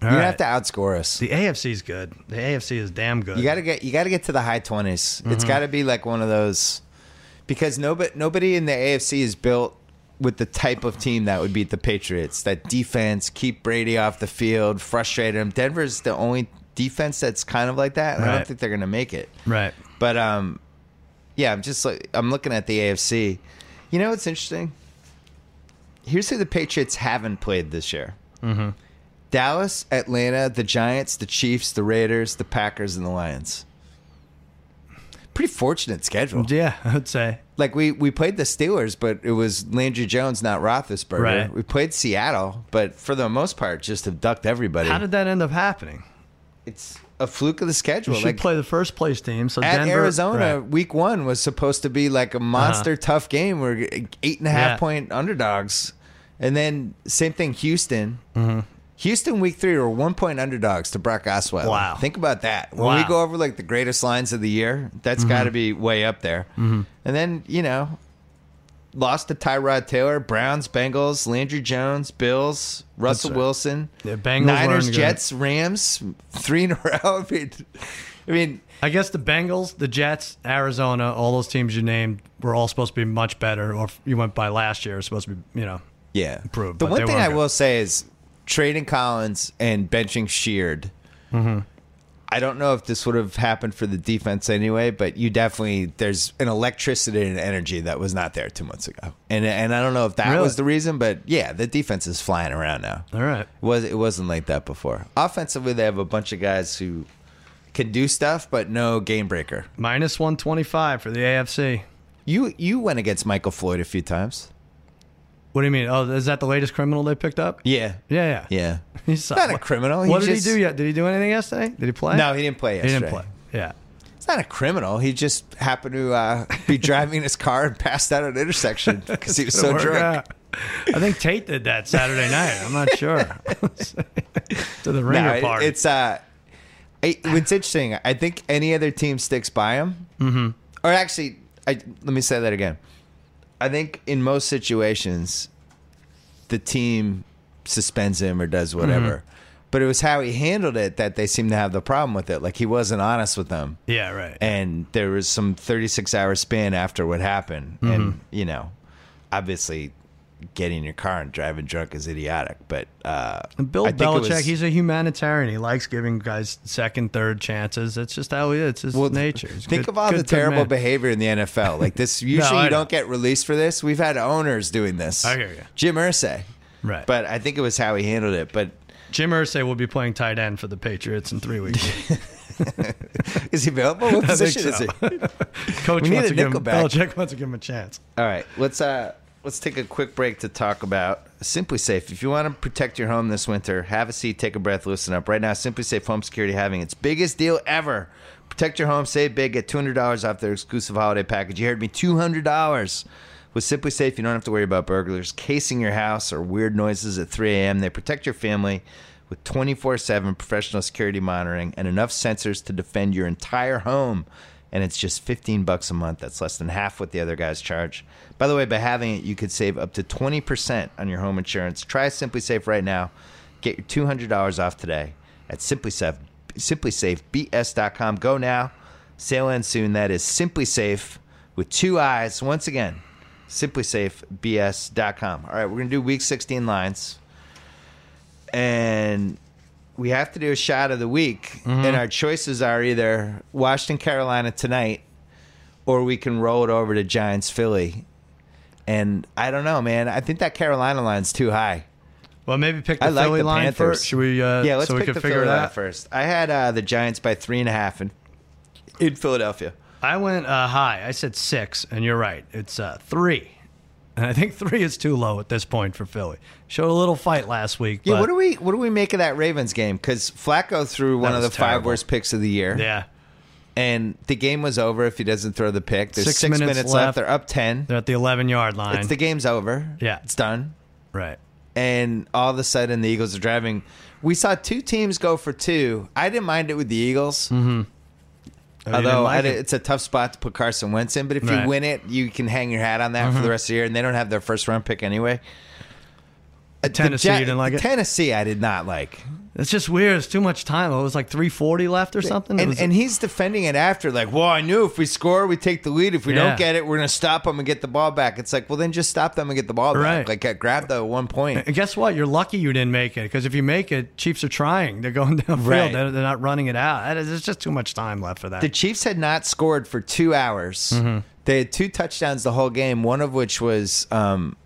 [SPEAKER 2] All
[SPEAKER 1] you
[SPEAKER 2] right.
[SPEAKER 1] have to outscore us.
[SPEAKER 2] The AFC's good. The AFC is damn good.
[SPEAKER 1] You gotta get you gotta get to the high 20s
[SPEAKER 2] Mm-hmm.
[SPEAKER 1] It's gotta be like one of those because nobody nobody in the AFC is built with the type of team that would beat the Patriots. That defense, keep Brady off the field, frustrate him. Denver's the only defense that's kind of like that. and I don't
[SPEAKER 2] Right.
[SPEAKER 1] think they're gonna make it.
[SPEAKER 2] right.
[SPEAKER 1] But um, yeah, I'm just like I'm looking at the AFC. You know what's interesting? Here's who the Patriots haven't played this year: mm-hmm. Dallas, Atlanta, the Giants, the Chiefs, the Raiders, the Packers, and the Lions. Pretty fortunate schedule.
[SPEAKER 2] Yeah, I would say.
[SPEAKER 1] Like we we played the Steelers, but it was Landry Jones, not Roethlisberger.
[SPEAKER 2] Right.
[SPEAKER 1] We played Seattle, but for the most part, just abduct everybody.
[SPEAKER 2] How did that end up happening?
[SPEAKER 1] it's a fluke of the schedule.
[SPEAKER 2] You should
[SPEAKER 1] like
[SPEAKER 2] play the first place team. So
[SPEAKER 1] at
[SPEAKER 2] Denver,
[SPEAKER 1] Arizona,
[SPEAKER 2] right. Uh-huh.
[SPEAKER 1] week one was supposed to be like a monster tough game. We're eight and a half
[SPEAKER 2] Yeah.
[SPEAKER 1] point underdogs. And then same thing, Houston.
[SPEAKER 2] Mm-hmm.
[SPEAKER 1] Houston week three were one point underdogs to Brock Osweiler.
[SPEAKER 2] Wow.
[SPEAKER 1] Think about that. When we
[SPEAKER 2] Wow. Mm-hmm.
[SPEAKER 1] go over like the greatest lines of the year, that's got to be way up there. And then, you know, lost to Tyrod Taylor, Browns, Bengals, Landry Jones, Bills, Russell
[SPEAKER 2] right.
[SPEAKER 1] Wilson,
[SPEAKER 2] Yeah, Bengals
[SPEAKER 1] Niners,
[SPEAKER 2] weren't good.
[SPEAKER 1] Jets, Rams, three in a row. I mean, I mean
[SPEAKER 2] I guess the Bengals, the Jets, Arizona, all those teams you named were all supposed to be much better. Or if you went by last year, it was supposed to be, you know.
[SPEAKER 1] yeah.
[SPEAKER 2] improve,
[SPEAKER 1] The
[SPEAKER 2] but
[SPEAKER 1] one
[SPEAKER 2] they
[SPEAKER 1] thing
[SPEAKER 2] weren't
[SPEAKER 1] I
[SPEAKER 2] good.
[SPEAKER 1] will say is trading Collins and benching Sheard.
[SPEAKER 2] Mm-hmm.
[SPEAKER 1] I don't know if this would have happened for the defense anyway, but you definitely there's an electricity and energy that was not there two months ago, and and I don't know if that
[SPEAKER 2] Really?
[SPEAKER 1] was the reason, but yeah, the defense is flying around now.
[SPEAKER 2] All right.
[SPEAKER 1] It was it wasn't like that before. Offensively, they have a bunch of guys who can do stuff, but no game breaker.
[SPEAKER 2] Minus 125 for the AFC.
[SPEAKER 1] You you went against Michael Floyd a few times.
[SPEAKER 2] What do you mean? Oh, is that the latest criminal they picked up?
[SPEAKER 1] Yeah,
[SPEAKER 2] Yeah, yeah.
[SPEAKER 1] yeah.
[SPEAKER 2] He's
[SPEAKER 1] Not a criminal. He
[SPEAKER 2] What did
[SPEAKER 1] just-
[SPEAKER 2] he do yet? Did he do anything yesterday? Did he play?
[SPEAKER 1] No, he didn't play
[SPEAKER 2] He
[SPEAKER 1] yesterday.
[SPEAKER 2] didn't play. Yeah.
[SPEAKER 1] It's not a criminal. He just happened to uh, be driving his car and passed out at an intersection because he was so
[SPEAKER 2] Work
[SPEAKER 1] drunk.
[SPEAKER 2] out. I think Tate did that Saturday night. I'm not sure. to the
[SPEAKER 1] No,
[SPEAKER 2] ringer
[SPEAKER 1] it-
[SPEAKER 2] party.
[SPEAKER 1] it's uh, it, it's interesting. I think any other team sticks by him. Mm-hmm. Or actually, I, let me say that again. I think in most situations, the team suspends him or does whatever.
[SPEAKER 2] Mm-hmm.
[SPEAKER 1] But it was how he handled it that they seemed to have the problem with it. Like he wasn't honest with them.
[SPEAKER 2] yeah, right.
[SPEAKER 1] and there was some 36 hour span after what happened
[SPEAKER 2] Mm-hmm.
[SPEAKER 1] and you know obviously getting in your car and driving drunk is idiotic but uh
[SPEAKER 2] Bill
[SPEAKER 1] I think it
[SPEAKER 2] Belichick,
[SPEAKER 1] was-
[SPEAKER 2] he's a humanitarian. He likes giving guys second, third chances. That's just how he is. It's his
[SPEAKER 1] well,
[SPEAKER 2] nature. He's a
[SPEAKER 1] think
[SPEAKER 2] good-
[SPEAKER 1] of all
[SPEAKER 2] good,
[SPEAKER 1] the
[SPEAKER 2] good
[SPEAKER 1] terrible
[SPEAKER 2] man.
[SPEAKER 1] behavior in the NFL. Like this, usually
[SPEAKER 2] I
[SPEAKER 1] you
[SPEAKER 2] know.
[SPEAKER 1] don't get released for this. We've had owners doing this.
[SPEAKER 2] I hear ya.
[SPEAKER 1] Jim Irsay,
[SPEAKER 2] Right. But
[SPEAKER 1] but I think it was how he handled it. But
[SPEAKER 2] Jim Irsay will be playing tight end for the Patriots in three weeks.
[SPEAKER 1] is he available? What
[SPEAKER 2] I think
[SPEAKER 1] position is
[SPEAKER 2] so.
[SPEAKER 1] he?
[SPEAKER 2] Coach
[SPEAKER 1] We need a
[SPEAKER 2] wants to give him,
[SPEAKER 1] nickel back.
[SPEAKER 2] Belichick wants to give him a chance.
[SPEAKER 1] All right, let's uh let's take a quick break to talk about Simply Safe. If you want to protect your home this winter, have a seat, take a breath, listen up. Right now, Simply Safe Home Security having its biggest deal ever. Protect your home, save big, get $200 off their exclusive holiday package. You heard me, $200. With Simply Safe, you don't have to worry about burglars casing your house or weird noises at 3 a.m. They protect your family with 24 7 professional security monitoring and enough sensors to defend your entire home. And it's just 15 bucks a month. That's less than half what the other guys charge. By the way, by having it, you could save up to 20% on your home insurance. Try Simply Safe right now. Get your $200 off today at Simply Safe, simplysafebs.com. Go now. Sale ends soon. That is Simply Safe with two eyes. Once again, simplysafebs.com. All right, we're going to do week 16 lines and we have to do a shot of the week. And our choices are either Washington, Carolina tonight, or we can roll it over to Giants, Philly. And I don't know, man. I think that Carolina line's too high.
[SPEAKER 2] Well, maybe pick the
[SPEAKER 1] I like
[SPEAKER 2] Philly
[SPEAKER 1] the
[SPEAKER 2] line
[SPEAKER 1] Panthers.
[SPEAKER 2] first. Should we? Uh,
[SPEAKER 1] yeah, let's
[SPEAKER 2] so we
[SPEAKER 1] pick
[SPEAKER 2] can
[SPEAKER 1] the
[SPEAKER 2] figure
[SPEAKER 1] Philly
[SPEAKER 2] it
[SPEAKER 1] line
[SPEAKER 2] out.
[SPEAKER 1] first. I had uh, the Giants by three and a half in, in Philadelphia.
[SPEAKER 2] I went uh, high. I said six, and you're right. It's uh, three, and I think three is too low at this point for Philly. Showed a little fight last week.
[SPEAKER 1] Yeah,
[SPEAKER 2] but-
[SPEAKER 1] what do we what do we make of that Ravens game? Because Flacco threw one of
[SPEAKER 2] was
[SPEAKER 1] the five
[SPEAKER 2] terrible.
[SPEAKER 1] worst picks of the year.
[SPEAKER 2] Yeah,
[SPEAKER 1] and the game was over if he doesn't throw the pick. There's six,
[SPEAKER 2] Six
[SPEAKER 1] minutes,
[SPEAKER 2] minutes
[SPEAKER 1] left.
[SPEAKER 2] left.
[SPEAKER 1] They're up ten.
[SPEAKER 2] they're at the 11 yard line.
[SPEAKER 1] It's the game's over.
[SPEAKER 2] Yeah.
[SPEAKER 1] it's done.
[SPEAKER 2] right.
[SPEAKER 1] And all of a sudden, the Eagles are driving. We saw two teams go for two. I didn't mind it with the Eagles,
[SPEAKER 2] Mm-hmm. I mean,
[SPEAKER 1] although
[SPEAKER 2] like
[SPEAKER 1] I
[SPEAKER 2] it.
[SPEAKER 1] di- it's a tough spot to put Carson Wentz in. But if
[SPEAKER 2] Right. Mm-hmm.
[SPEAKER 1] you win it, you can hang your hat on that for the rest of the year. And they don't have their first round pick anyway. Uh, the
[SPEAKER 2] Tennessee, you didn't like it?
[SPEAKER 1] Tennessee, I did not like.
[SPEAKER 2] It's just weird. It's too much time. It was like 340 left or something. It
[SPEAKER 1] And,
[SPEAKER 2] was-
[SPEAKER 1] and he's defending it after, like, well, I knew if we score, we take the lead. If we
[SPEAKER 2] Yeah.
[SPEAKER 1] don't get it, we're going to stop them and get the ball back. It's like, well, then just stop them and get the ball
[SPEAKER 2] Right.
[SPEAKER 1] back. Like, uh, grab the one point.
[SPEAKER 2] and guess what? You're lucky you didn't make it because if you make it, Chiefs are trying. They're going downfield.
[SPEAKER 1] Right.
[SPEAKER 2] They're, they're not running it out. That is, there's just too much time left for that.
[SPEAKER 1] The Chiefs had not scored for two hours.
[SPEAKER 2] Mm-hmm.
[SPEAKER 1] They had two touchdowns the whole game, one of which was um,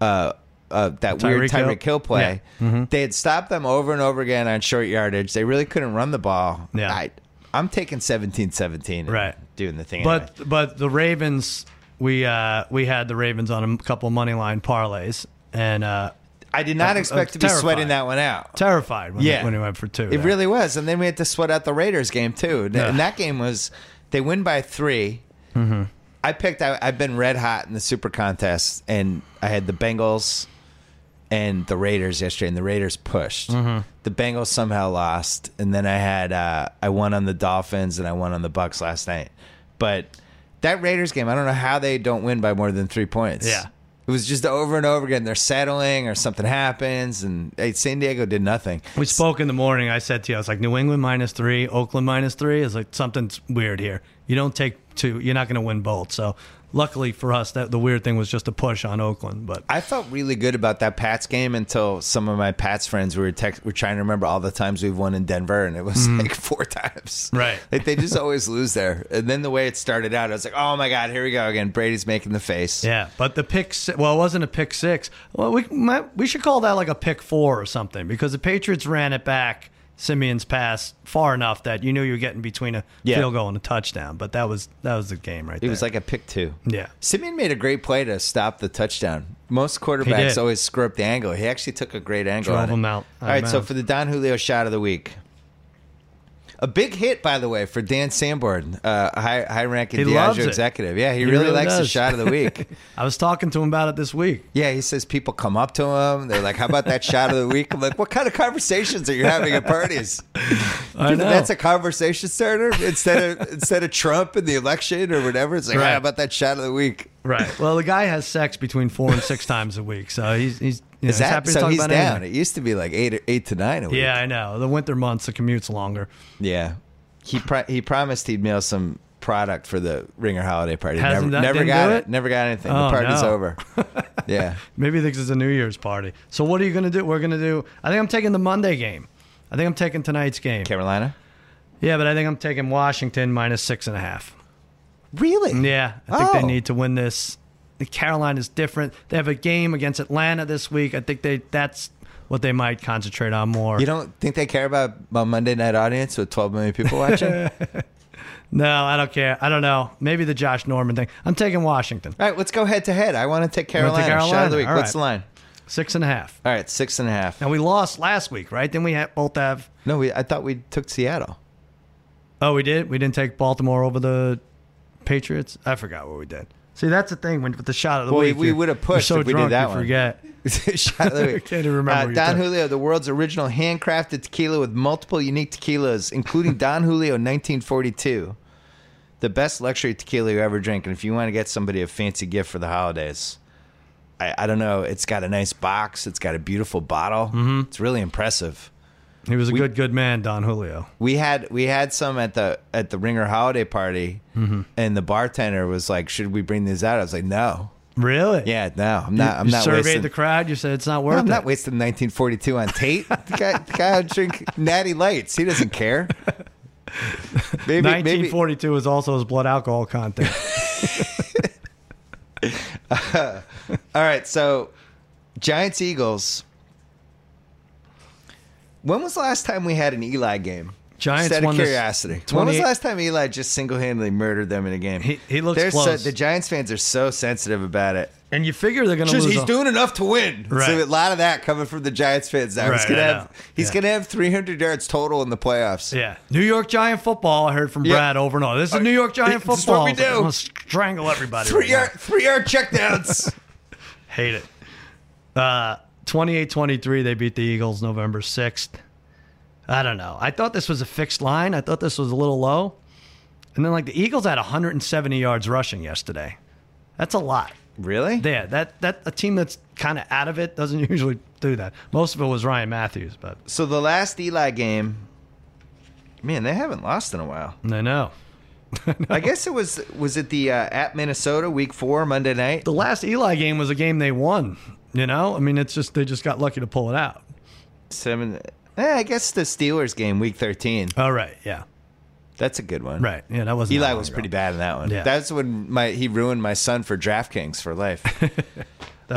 [SPEAKER 1] uh, uh, that weird
[SPEAKER 2] Tyreek Hill? Mm-hmm.
[SPEAKER 1] Tyreek Hill play. They had stopped them over and over again on short yardage. They really couldn't run the ball.
[SPEAKER 2] Yeah.
[SPEAKER 1] I, I'm taking 17 17
[SPEAKER 2] Right.
[SPEAKER 1] doing the thing. anyway.
[SPEAKER 2] But but the Ravens, we uh, we had the Ravens on a couple money line parlays and uh,
[SPEAKER 1] I did not
[SPEAKER 2] that-
[SPEAKER 1] expect to be
[SPEAKER 2] that's
[SPEAKER 1] sweating
[SPEAKER 2] terrifying.
[SPEAKER 1] that one out.
[SPEAKER 2] terrified when,
[SPEAKER 1] Yeah.
[SPEAKER 2] we, when we went for two.
[SPEAKER 1] It
[SPEAKER 2] there.
[SPEAKER 1] really was. And then we had to sweat out the Raiders game too. And, and
[SPEAKER 2] Yeah. Mm-hmm.
[SPEAKER 1] that game was they win by 3 I picked. I, I've been red hot in the Super Contest, and I had the Bengals and the Raiders yesterday, and the Raiders pushed.
[SPEAKER 2] Mm-hmm.
[SPEAKER 1] The Bengals somehow lost, and then I had uh, I won on the Dolphins and I won on the Bucks last night. But that Raiders game, I don't know how they don't win by more than three points.
[SPEAKER 2] Yeah.
[SPEAKER 1] It was just over and over again. They're settling, or something happens, and hey, San Diego did nothing.
[SPEAKER 2] We spoke in the morning. I said to you, I was like, New England minus three, Oakland minus three. Is like something's weird here. You don't take two. You're not going to win both. So luckily for us, that the weird thing was just a push on Oakland. But
[SPEAKER 1] I felt really good about that Pats game until some of my Pats friends were text, were trying to remember all the times we've won in Denver, and it was like four times.
[SPEAKER 2] Mm-hmm. Right.
[SPEAKER 1] Like they just always lose there. And then the way it started out, I was like, oh my god, here we go again. Brady's making the face.
[SPEAKER 2] yeah, but the pick. si- Well, it wasn't a pick six. Well, we might, we should call that like a pick four or something because the Patriots ran it back. Simeon's pass far enough that you knew you were getting between a
[SPEAKER 1] Yeah.
[SPEAKER 2] field goal and a touchdown. But that was that was the game right
[SPEAKER 1] It
[SPEAKER 2] there.
[SPEAKER 1] was like a pick two.
[SPEAKER 2] Yeah.
[SPEAKER 1] Simeon made a great play to stop the touchdown. Most quarterbacks
[SPEAKER 2] did.
[SPEAKER 1] always screw up the angle. He actually took a great angle.
[SPEAKER 2] Drove
[SPEAKER 1] on
[SPEAKER 2] him
[SPEAKER 1] it.
[SPEAKER 2] out-
[SPEAKER 1] All right,
[SPEAKER 2] out of
[SPEAKER 1] so
[SPEAKER 2] bounds.
[SPEAKER 1] for the Don Julio shot of the week. A big hit, by the way, for Dan Sanborn, uh, high high ranking
[SPEAKER 2] He loves
[SPEAKER 1] Diageo
[SPEAKER 2] it.
[SPEAKER 1] executive. Yeah, he, really,
[SPEAKER 2] really
[SPEAKER 1] likes the
[SPEAKER 2] does.
[SPEAKER 1] shot of the week.
[SPEAKER 2] I was talking to him about it this week.
[SPEAKER 1] Yeah, he says people come up to him. They're like, "How about that shot of the week?" I'm like, "What kind of conversations are you having at parties?"
[SPEAKER 2] I know.
[SPEAKER 1] That's a conversation starter instead of instead of Trump in the election or whatever. It's like,
[SPEAKER 2] Right.
[SPEAKER 1] "How about that shot of the week?"
[SPEAKER 2] Right. Well, the guy has sex between four and six times a week, so he's he's, you know,
[SPEAKER 1] Is
[SPEAKER 2] he's
[SPEAKER 1] that
[SPEAKER 2] happy to
[SPEAKER 1] so?
[SPEAKER 2] talk
[SPEAKER 1] He's
[SPEAKER 2] about
[SPEAKER 1] down.
[SPEAKER 2] anything.
[SPEAKER 1] It used to be like eight or eight to nine a week.
[SPEAKER 2] Yeah, I know. The winter months, the commute's longer.
[SPEAKER 1] yeah. He pro- he promised he'd mail some product for the Ringer holiday party.
[SPEAKER 2] Hasn't
[SPEAKER 1] never
[SPEAKER 2] done-
[SPEAKER 1] never
[SPEAKER 2] didn't
[SPEAKER 1] got
[SPEAKER 2] do
[SPEAKER 1] it.
[SPEAKER 2] it?
[SPEAKER 1] Never got anything. the
[SPEAKER 2] Oh,
[SPEAKER 1] party's
[SPEAKER 2] no.
[SPEAKER 1] over. yeah.
[SPEAKER 2] Maybe this is a New Year's party. So what are you gonna do? We're gonna do. I think I'm taking the Monday game. I think I'm taking tonight's game.
[SPEAKER 1] Carolina.
[SPEAKER 2] Yeah, but I think I'm taking Washington minus six and a half.
[SPEAKER 1] Really?
[SPEAKER 2] Yeah, I think
[SPEAKER 1] Oh.
[SPEAKER 2] they need to win this. The Carolina's different. They have a game against Atlanta this week. I think they that's what they might concentrate on more.
[SPEAKER 1] You don't think they care about my Monday night audience with 12 million people watching?
[SPEAKER 2] No, I don't care. I don't know. Maybe the Josh Norman thing. I'm taking Washington.
[SPEAKER 1] All right, let's go head to head. I want to take
[SPEAKER 2] wanna
[SPEAKER 1] Carolina.
[SPEAKER 2] take
[SPEAKER 1] Shot of
[SPEAKER 2] Carolina?
[SPEAKER 1] the week.
[SPEAKER 2] All
[SPEAKER 1] What's the
[SPEAKER 2] right.
[SPEAKER 1] line?
[SPEAKER 2] Six and a half.
[SPEAKER 1] All right, six and a half.
[SPEAKER 2] Now we lost last week, right? Then we ha- both have.
[SPEAKER 1] No, we, I thought we took Seattle.
[SPEAKER 2] Oh, we did. We didn't take Baltimore over the Patriots. I forgot what we did. See, that's the thing when- with the shot of the
[SPEAKER 1] Well,
[SPEAKER 2] week.
[SPEAKER 1] we
[SPEAKER 2] you're-
[SPEAKER 1] would have pushed
[SPEAKER 2] you're so
[SPEAKER 1] if we did
[SPEAKER 2] drunk,
[SPEAKER 1] that
[SPEAKER 2] you
[SPEAKER 1] one.
[SPEAKER 2] Forget.
[SPEAKER 1] Shot of the week.
[SPEAKER 2] Can't even remember
[SPEAKER 1] Uh,
[SPEAKER 2] what you
[SPEAKER 1] Don
[SPEAKER 2] took.
[SPEAKER 1] Julio, the world's original handcrafted tequila with multiple unique tequilas, including Don Julio 1942. The best luxury tequila you ever drink. And if you want to get somebody a fancy gift for the holidays, I, I don't know. It's got a nice box, it's got a beautiful bottle.
[SPEAKER 2] Mm-hmm.
[SPEAKER 1] It's really impressive.
[SPEAKER 2] He was a good, good man, Don Julio.
[SPEAKER 1] we had we had some at the at the Ringer holiday party,
[SPEAKER 2] Mm-hmm.
[SPEAKER 1] and the bartender was like, "Should we bring these out?" I was like, "No,
[SPEAKER 2] Really?
[SPEAKER 1] yeah, no, I'm not. I'm
[SPEAKER 2] you
[SPEAKER 1] not
[SPEAKER 2] surveyed
[SPEAKER 1] wasting.
[SPEAKER 2] the crowd. You said it's not worth
[SPEAKER 1] I'm
[SPEAKER 2] it.
[SPEAKER 1] not wasting 1942 on Tate. the guy, the guy would drink Natty Lights. He doesn't care. Maybe, maybe
[SPEAKER 2] 1942 is also his blood alcohol content.
[SPEAKER 1] All right, so Giants Eagles. When was the last time we had an Eli game?
[SPEAKER 2] Giants
[SPEAKER 1] Just out
[SPEAKER 2] won
[SPEAKER 1] of
[SPEAKER 2] this
[SPEAKER 1] curiosity. when was the
[SPEAKER 2] 28
[SPEAKER 1] last time Eli just single handedly murdered them in a game?
[SPEAKER 2] He- he looks
[SPEAKER 1] They're
[SPEAKER 2] close.
[SPEAKER 1] So, the Giants fans are so sensitive about it.
[SPEAKER 2] and you figure they're going to
[SPEAKER 1] Just
[SPEAKER 2] lose.
[SPEAKER 1] he's
[SPEAKER 2] a-
[SPEAKER 1] doing enough to win.
[SPEAKER 2] Right.
[SPEAKER 1] So a lot of that coming from the Giants fans. Now he's
[SPEAKER 2] Right,
[SPEAKER 1] gonna
[SPEAKER 2] I
[SPEAKER 1] have
[SPEAKER 2] know.
[SPEAKER 1] he's
[SPEAKER 2] Yeah.
[SPEAKER 1] gonna have 300 yards total in the playoffs.
[SPEAKER 2] yeah, New York Giant football. I heard from
[SPEAKER 1] Yeah.
[SPEAKER 2] Brad over and over. This is New York Giant
[SPEAKER 1] this
[SPEAKER 2] football.
[SPEAKER 1] is what we
[SPEAKER 2] I was like,
[SPEAKER 1] do.
[SPEAKER 2] I'm gonna strangle everybody.
[SPEAKER 1] Three
[SPEAKER 2] right now.
[SPEAKER 1] yard three yard checkdowns.
[SPEAKER 2] Hate it. Uh, 28-23, they beat the Eagles November 6th. I don't know. I thought this was a fixed line. I thought this was a little low. And then, like, the Eagles had 170 yards rushing yesterday. That's a lot.
[SPEAKER 1] really?
[SPEAKER 2] There, that, that a team that's kind of out of it doesn't usually do that. Most of it was Ryan Matthews, but
[SPEAKER 1] So the last Eli game, man, they haven't lost in a while.
[SPEAKER 2] I know.
[SPEAKER 1] I guess it was was it the uh, at Minnesota week four Monday night.
[SPEAKER 2] The last Eli game was a game they won, you know? I mean, it's just, they just got lucky to pull it out.
[SPEAKER 1] Seven. Eh, I guess the Steelers game week thirteen.
[SPEAKER 2] All right, yeah.
[SPEAKER 1] That's a good one.
[SPEAKER 2] Right, yeah, that wasn't that
[SPEAKER 1] Eli
[SPEAKER 2] long
[SPEAKER 1] was
[SPEAKER 2] ago.
[SPEAKER 1] pretty bad in that one.
[SPEAKER 2] Yeah.
[SPEAKER 1] That's when my he ruined my son for DraftKings for life.
[SPEAKER 2] That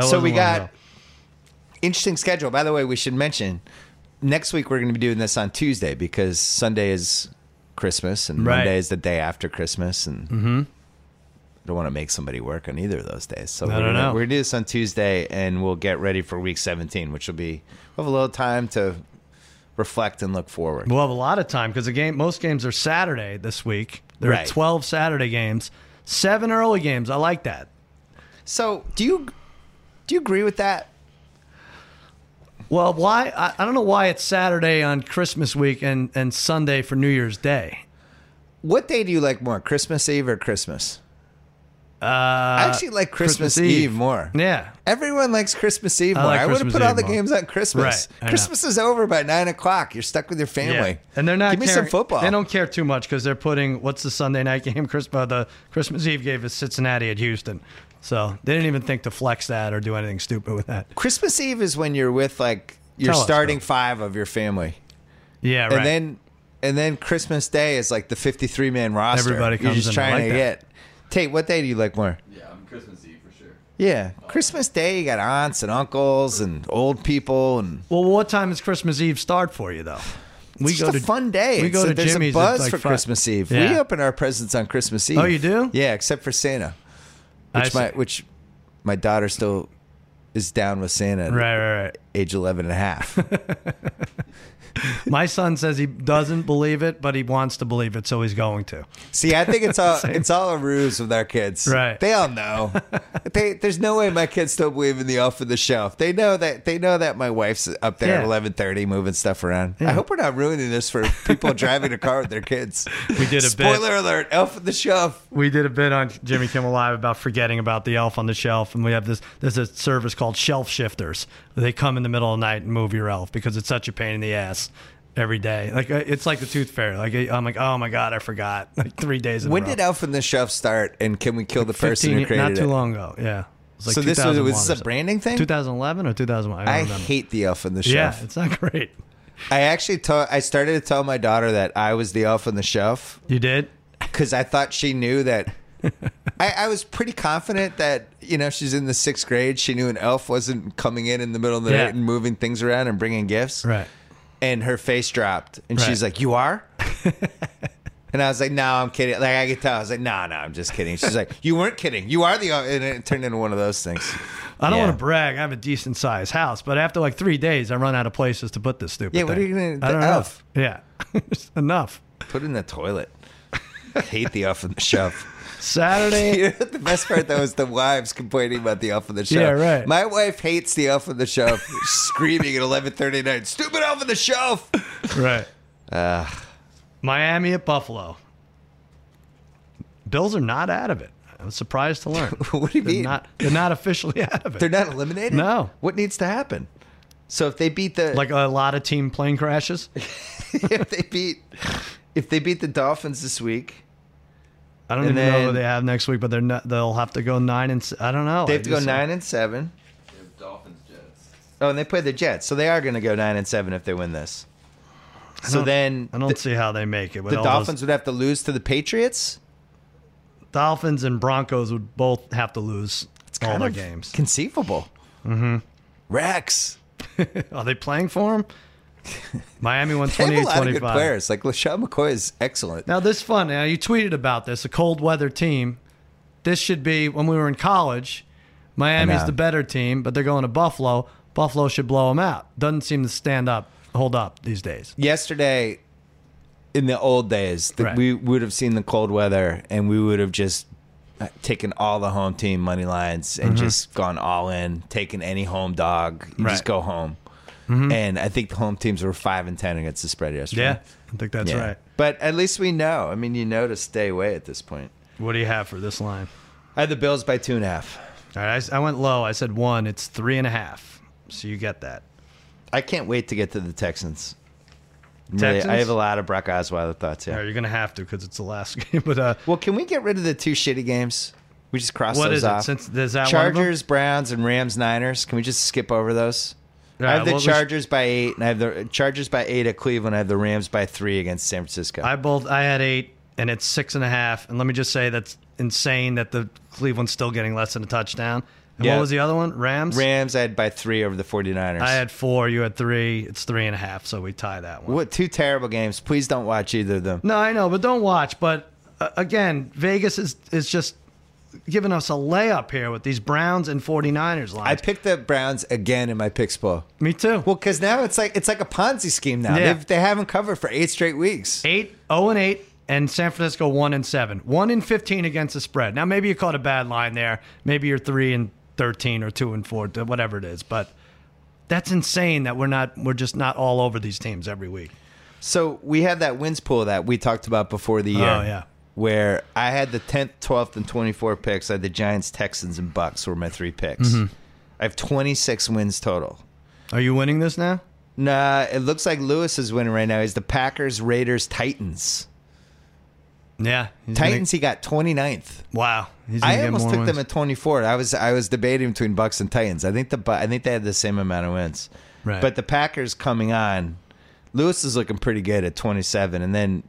[SPEAKER 1] so
[SPEAKER 2] wasn't
[SPEAKER 1] we
[SPEAKER 2] long
[SPEAKER 1] got
[SPEAKER 2] ago.
[SPEAKER 1] interesting schedule. By the way, we should mention next week we're going to be doing this on Tuesday because Sunday is Christmas and
[SPEAKER 2] Right. Mm-hmm.
[SPEAKER 1] Monday is the day after Christmas, and I don't want to make somebody work on either of those days. So we're
[SPEAKER 2] don't
[SPEAKER 1] gonna,
[SPEAKER 2] know.
[SPEAKER 1] we're going to do this on Tuesday, and we'll get ready for Week 17, which will be we'll have a little time to reflect and look forward.
[SPEAKER 2] We'll have a lot of time because the game, most games are Saturday this week. There
[SPEAKER 1] Right.
[SPEAKER 2] are twelve Saturday games, seven early games. I like that.
[SPEAKER 1] So do you do you agree with that?
[SPEAKER 2] Well, why? I, I don't know why it's Saturday on Christmas week and and Sunday for New Year's Day.
[SPEAKER 1] What day do you like more, Christmas Eve or Christmas? Uh, I actually like Christmas,
[SPEAKER 2] Christmas Eve.
[SPEAKER 1] Eve more.
[SPEAKER 2] Yeah,
[SPEAKER 1] Everyone likes Christmas Eve
[SPEAKER 2] I
[SPEAKER 1] more. I,
[SPEAKER 2] like
[SPEAKER 1] would have
[SPEAKER 2] Christmas
[SPEAKER 1] put
[SPEAKER 2] Eve
[SPEAKER 1] all the
[SPEAKER 2] more.
[SPEAKER 1] games on Christmas.
[SPEAKER 2] Right, I know.
[SPEAKER 1] Christmas is over by nine o'clock. You're stuck with your family.
[SPEAKER 2] yeah. And they're not.
[SPEAKER 1] Give me some
[SPEAKER 2] caring-
[SPEAKER 1] football.
[SPEAKER 2] They don't care too much because they're putting what's the Sunday night game? Chris, uh, the Christmas Eve game is Cincinnati at Houston. So they didn't even think to flex that or do anything stupid with that.
[SPEAKER 1] Christmas Eve is when you're with like your
[SPEAKER 2] Tell us,
[SPEAKER 1] starting
[SPEAKER 2] bro.
[SPEAKER 1] five of your family,
[SPEAKER 2] Yeah, right.
[SPEAKER 1] and then and then Christmas Day is like the 53 man roster.
[SPEAKER 2] Everybody
[SPEAKER 1] You're
[SPEAKER 2] comes
[SPEAKER 1] just
[SPEAKER 2] in. I
[SPEAKER 1] trying
[SPEAKER 2] like
[SPEAKER 1] to
[SPEAKER 2] that.
[SPEAKER 1] get. Tate, what day do you like more?
[SPEAKER 3] Yeah, I'm Christmas Eve for sure.
[SPEAKER 1] Yeah, Christmas Day. You got aunts and uncles and old people, and
[SPEAKER 2] well, what time does Christmas Eve start for you though? We
[SPEAKER 1] it's just a fun day.
[SPEAKER 2] we
[SPEAKER 1] It's
[SPEAKER 2] go
[SPEAKER 1] a-
[SPEAKER 2] to
[SPEAKER 1] there's
[SPEAKER 2] Jimmy's
[SPEAKER 1] a
[SPEAKER 2] at,
[SPEAKER 1] buzz
[SPEAKER 2] like,
[SPEAKER 1] for
[SPEAKER 2] fi-
[SPEAKER 1] Christmas Eve. We
[SPEAKER 2] Yeah.
[SPEAKER 1] open our presents on Christmas Eve.
[SPEAKER 2] Oh, you do?
[SPEAKER 1] Yeah, except for Santa.
[SPEAKER 2] I
[SPEAKER 1] which
[SPEAKER 2] see.
[SPEAKER 1] my which my daughter still is down with Santa at
[SPEAKER 2] Right, right, right.
[SPEAKER 1] age 11 and a half.
[SPEAKER 2] My son says he doesn't believe it, but he wants to believe it, so he's going to.
[SPEAKER 1] See, I think it's all it's all a ruse with our kids.
[SPEAKER 2] Right.
[SPEAKER 1] They all know. they, there's no way my kids don't believe in the off of the shelf. They know that they know that my wife's up there at
[SPEAKER 2] Yeah.
[SPEAKER 1] 11:30 moving stuff around. I
[SPEAKER 2] Yeah.
[SPEAKER 1] hope we're not ruining this for people driving a car with their kids.
[SPEAKER 2] We did a bit.
[SPEAKER 1] Spoiler alert, off of the shelf.
[SPEAKER 2] We did a bit on Jimmy Kimmel Live about forgetting about the elf on the shelf, and we have this. There's a service called Shelf Shifters. They come in the middle of the night and move your elf because it's such a pain in the ass every day. Like uh, it's like the tooth fairy. Like I'm like, oh my god, I forgot. Like three days. In
[SPEAKER 1] When
[SPEAKER 2] a row.
[SPEAKER 1] did Elf on the Shelf start and can we kill the person who created
[SPEAKER 2] Not too
[SPEAKER 1] it?
[SPEAKER 2] long ago. Yeah. It was like
[SPEAKER 1] so this was
[SPEAKER 2] 2001
[SPEAKER 1] was
[SPEAKER 2] or
[SPEAKER 1] this a
[SPEAKER 2] so.
[SPEAKER 1] branding thing?
[SPEAKER 2] 2011 or 2001. I, don't
[SPEAKER 1] I
[SPEAKER 2] remember.
[SPEAKER 1] hate the Elf on the
[SPEAKER 2] Yeah,
[SPEAKER 1] Shelf.
[SPEAKER 2] it's not great.
[SPEAKER 1] I actually told I started to tell my daughter that I was the elf on the shelf
[SPEAKER 2] You did.
[SPEAKER 1] because I thought she knew that. I, I was pretty confident that you know she's in the sixth grade. She knew an elf wasn't coming in in the middle of the
[SPEAKER 2] Yeah.
[SPEAKER 1] night and moving things around and bringing gifts.
[SPEAKER 2] Right.
[SPEAKER 1] And her face dropped, and
[SPEAKER 2] Right.
[SPEAKER 1] she's like, "You are." And I was like, no, I'm kidding. Like, I could tell. I was like, no, no, I'm just kidding. She's like, you weren't kidding. You are the. And it turned into one of those things.
[SPEAKER 2] I don't
[SPEAKER 1] Yeah.
[SPEAKER 2] want to brag. I have a decent sized house, but after like three days, I run out of places to put this stupid.
[SPEAKER 1] Yeah, what are
[SPEAKER 2] thing.
[SPEAKER 1] you gonna-
[SPEAKER 2] I don't
[SPEAKER 1] the
[SPEAKER 2] know.
[SPEAKER 1] elf.
[SPEAKER 2] Yeah, It's enough.
[SPEAKER 1] Put it in the toilet. I hate the off of the shelf.
[SPEAKER 2] Saturday.
[SPEAKER 1] You know, the best part though is the wives complaining about the off of the shelf.
[SPEAKER 2] Yeah, right.
[SPEAKER 1] My wife hates the off of the shelf, screaming at eleven thirty nine. Stupid off of the shelf.
[SPEAKER 2] right. Miami at Buffalo. Bills are not out of it. I was surprised to learn.
[SPEAKER 1] What do you
[SPEAKER 2] they're
[SPEAKER 1] mean?
[SPEAKER 2] Not, they're not officially out of it.
[SPEAKER 1] They're not eliminated.
[SPEAKER 2] No.
[SPEAKER 1] What needs to happen? So if they beat the
[SPEAKER 2] like a lot of team plane crashes.
[SPEAKER 1] if they beat if they beat the Dolphins this week,
[SPEAKER 2] I don't
[SPEAKER 1] And
[SPEAKER 2] even know
[SPEAKER 1] then-
[SPEAKER 2] who they have next week, but they're not, they'll have to go nine and s- I don't know.
[SPEAKER 1] they have to go
[SPEAKER 2] It's-
[SPEAKER 1] nine and seven.
[SPEAKER 3] They have Dolphins Jets.
[SPEAKER 1] Oh, and they play the Jets, so they are going to go nine and seven if they win this. So
[SPEAKER 2] don't-
[SPEAKER 1] then
[SPEAKER 2] I don't
[SPEAKER 1] the,
[SPEAKER 2] see how they make it. With
[SPEAKER 1] the
[SPEAKER 2] all
[SPEAKER 1] Dolphins
[SPEAKER 2] those,
[SPEAKER 1] would have to lose to the Patriots.
[SPEAKER 2] Dolphins and Broncos would both have to lose all
[SPEAKER 1] Kind
[SPEAKER 2] their
[SPEAKER 1] of
[SPEAKER 2] games.
[SPEAKER 1] Conceivable. Mm-hmm. Rex.
[SPEAKER 2] Are they playing for him? Miami won
[SPEAKER 1] They have a
[SPEAKER 2] 28
[SPEAKER 1] lot of good
[SPEAKER 2] 25.
[SPEAKER 1] players. Like LaShawn McCoy is excellent.
[SPEAKER 2] Now, this fun. Now, you tweeted about this a cold weather team. This should be when we were in college. Miami's
[SPEAKER 1] know.
[SPEAKER 2] the better team, but they're going to Buffalo. Buffalo should blow them out. Doesn't seem to stand up, hold up these days.
[SPEAKER 1] Yesterday, in the old days, the,
[SPEAKER 2] Right.
[SPEAKER 1] we would have seen the cold weather and we would have just uh, taken all the home team money lines and just gone all in, taken any home dog. You just
[SPEAKER 2] Mm-hmm. Right. Mm-hmm.
[SPEAKER 1] go home. And I think the home teams were 5 and 10 against the spread yesterday.
[SPEAKER 2] Yeah, I think that's
[SPEAKER 1] Yeah.
[SPEAKER 2] right.
[SPEAKER 1] But at least we know. I mean, you know to stay away at this point.
[SPEAKER 2] What do you have for this line?
[SPEAKER 1] I had the Bills by two and a half.
[SPEAKER 2] All right, I s- I, went low. I said one. It's three and a half. So you get that.
[SPEAKER 1] I can't wait to get to the Texans. Really,
[SPEAKER 2] Texans?
[SPEAKER 1] I have a lot of Brock Osweiler thoughts.
[SPEAKER 2] All
[SPEAKER 1] Yeah.
[SPEAKER 2] right, you're gonna have to because it's the last game. But uh,
[SPEAKER 1] Well, can we get rid of the two shitty games? We just cross
[SPEAKER 2] what
[SPEAKER 1] those
[SPEAKER 2] is
[SPEAKER 1] off.
[SPEAKER 2] it? Since there's that one of them?
[SPEAKER 1] Chargers, Browns, and Rams, Niners. Can we just skip over those?
[SPEAKER 2] All
[SPEAKER 1] I
[SPEAKER 2] right,
[SPEAKER 1] have the
[SPEAKER 2] well, we sh-
[SPEAKER 1] Chargers by eight, and I have the Chargers by eight at Cleveland. I have the Rams by three against San Francisco.
[SPEAKER 2] I both. I had eight, and it's six and a half. And let me just say that's insane that the Cleveland's still getting less than a touchdown. And
[SPEAKER 1] Yeah.
[SPEAKER 2] what was the other one? Rams.
[SPEAKER 1] Rams, I had by three over the 49ers.
[SPEAKER 2] I had four. You had three. It's three and a half. So we tie that one.
[SPEAKER 1] what two terrible games? Please don't watch either of them.
[SPEAKER 2] No, I know, but don't watch. But uh, again, Vegas is is just giving us a layup here with these Browns and 49ers lines.
[SPEAKER 1] I picked the Browns again in my picks bowl.
[SPEAKER 2] me too.
[SPEAKER 1] Well, because now it's like it's like a Ponzi scheme. Now
[SPEAKER 2] Yeah.
[SPEAKER 1] They've, they haven't covered for eight straight weeks.
[SPEAKER 2] Eight, oh and eight, and San Francisco one and seven. One and fifteen against the spread. Now maybe you caught a bad line there. Maybe you're three and thirteen or two and four, whatever it is. But that's insane that we're not we're just not all over these teams every week.
[SPEAKER 1] So we have that wins pool that we talked about before the year.
[SPEAKER 2] Oh, yeah.
[SPEAKER 1] Where I had the tenth, twelfth, and twenty-four picks. I had the Giants, Texans, and Bucks were my three picks.
[SPEAKER 2] Mm-hmm.
[SPEAKER 1] I have twenty-six wins total.
[SPEAKER 2] Are you winning this now?
[SPEAKER 1] Nah, it looks like Lewis is winning right now. He's the Packers, Raiders, Titans.
[SPEAKER 2] Yeah. he's gonna-
[SPEAKER 1] Titans, he got 29th.
[SPEAKER 2] wow. He's gonna
[SPEAKER 1] I
[SPEAKER 2] get
[SPEAKER 1] almost
[SPEAKER 2] more
[SPEAKER 1] took
[SPEAKER 2] wins.
[SPEAKER 1] them at twenty-four. I was I was debating between Bucks and Titans. I think the Bu- I think they had the same amount of wins.
[SPEAKER 2] Right.
[SPEAKER 1] But the Packers coming on, Lewis is looking pretty good at 27. And then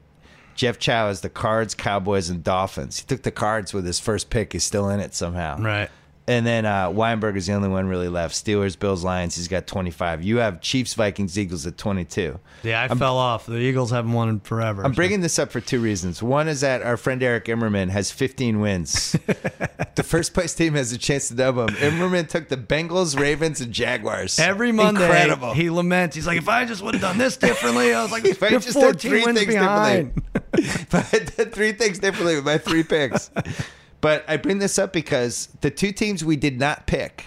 [SPEAKER 1] Jeff Chow has the Cards, Cowboys, and Dolphins. He took the Cards with his first pick. He's still in it somehow.
[SPEAKER 2] right.
[SPEAKER 1] And then uh, Weinberg is the only one really left. Steelers, Bills, Lions. He's got 25. You have Chiefs, Vikings, Eagles at 22.
[SPEAKER 2] Yeah, I fell off. The Eagles haven't won in forever.
[SPEAKER 1] I'm bringing this up for two reasons. One is that our friend Eric Immerman has 15 wins. the first place team has a chance to dub him. Immerman took the Bengals, Ravens, and Jaguars.
[SPEAKER 2] Every Monday,
[SPEAKER 1] Incredible.
[SPEAKER 2] he laments. He's like, "If I just would have done this differently, I was like,
[SPEAKER 1] I
[SPEAKER 2] you're
[SPEAKER 1] just did
[SPEAKER 2] 14 wins
[SPEAKER 1] differently.
[SPEAKER 2] behind."
[SPEAKER 1] but I did three things differently with my three picks. but I bring this up because the two teams we did not pick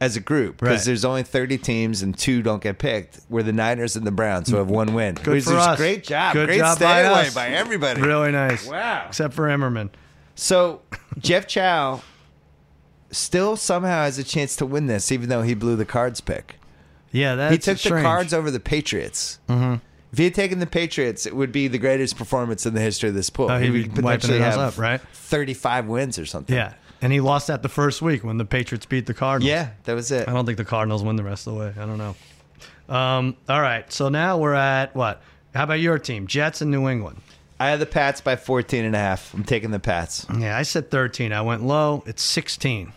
[SPEAKER 1] as a group, because
[SPEAKER 2] Right.
[SPEAKER 1] there's only 30 teams and two don't get picked, were the Niners and the Browns, who have one win. Good
[SPEAKER 2] for us.
[SPEAKER 1] Great job.
[SPEAKER 2] Good
[SPEAKER 1] great
[SPEAKER 2] job
[SPEAKER 1] stay
[SPEAKER 2] by
[SPEAKER 1] away
[SPEAKER 2] us.
[SPEAKER 1] by everybody.
[SPEAKER 2] Really nice.
[SPEAKER 1] Wow.
[SPEAKER 2] Except for Emmerman.
[SPEAKER 1] So Jeff Chow still somehow has a chance to win this, even though he blew the cards pick.
[SPEAKER 2] Yeah, that's
[SPEAKER 1] He took
[SPEAKER 2] strange. Mm-hmm.
[SPEAKER 1] the cards over the Patriots. If he had taken the Patriots, it would be the greatest performance in the history of this pool.
[SPEAKER 2] Oh, he'd
[SPEAKER 1] We
[SPEAKER 2] be
[SPEAKER 1] could
[SPEAKER 2] wiping
[SPEAKER 1] potentially
[SPEAKER 2] it
[SPEAKER 1] have
[SPEAKER 2] up, right?
[SPEAKER 1] Thirty-five wins or something.
[SPEAKER 2] Yeah, and he lost that the first week when the Patriots beat the Cardinals.
[SPEAKER 1] yeah, that was it.
[SPEAKER 2] I don't think the Cardinals win the rest of the way. I don't know. Um, all right, so now we're at what? How about your team, Jets and New England?
[SPEAKER 1] I had the Pats by 14 and a half. I'm taking the Pats.
[SPEAKER 2] Yeah, I said thirteen. I went low. It's sixteen.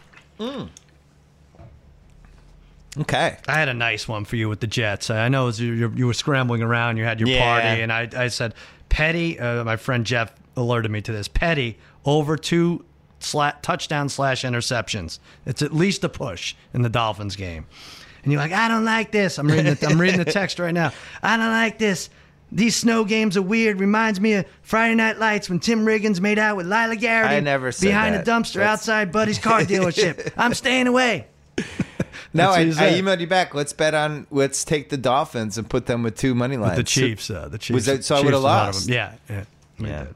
[SPEAKER 1] Okay.
[SPEAKER 2] I had a nice one for you with the Jets. I know it was you, you, you were scrambling around. You had your
[SPEAKER 1] Yeah.
[SPEAKER 2] party, and I, I said Petty, uh, my friend Jeff alerted me to this. Petty over two sla- touchdown slash interceptions. It's at least a push in the Dolphins game. And you're like, I don't like this. I'm reading. The, I'm reading the text right now. I don't like this. These snow games are weird. Reminds me of Friday Night Lights when Tim Riggins made out with Lila Garrity
[SPEAKER 1] I never said
[SPEAKER 2] behind
[SPEAKER 1] that.
[SPEAKER 2] a dumpster
[SPEAKER 1] That's-
[SPEAKER 2] outside Buddy's car dealership. I'm staying away.
[SPEAKER 1] No,
[SPEAKER 2] That's
[SPEAKER 1] I,
[SPEAKER 2] what he
[SPEAKER 1] I
[SPEAKER 2] said.
[SPEAKER 1] emailed you back. Let's bet on. Let's take the Dolphins and put them with two money lines.
[SPEAKER 2] The Chiefs. Uh, the Chiefs.
[SPEAKER 1] that- so I
[SPEAKER 2] Chiefs
[SPEAKER 1] would've
[SPEAKER 2] was out of
[SPEAKER 1] lost.
[SPEAKER 2] them. Yeah. Yeah. we
[SPEAKER 1] Yeah.
[SPEAKER 2] did.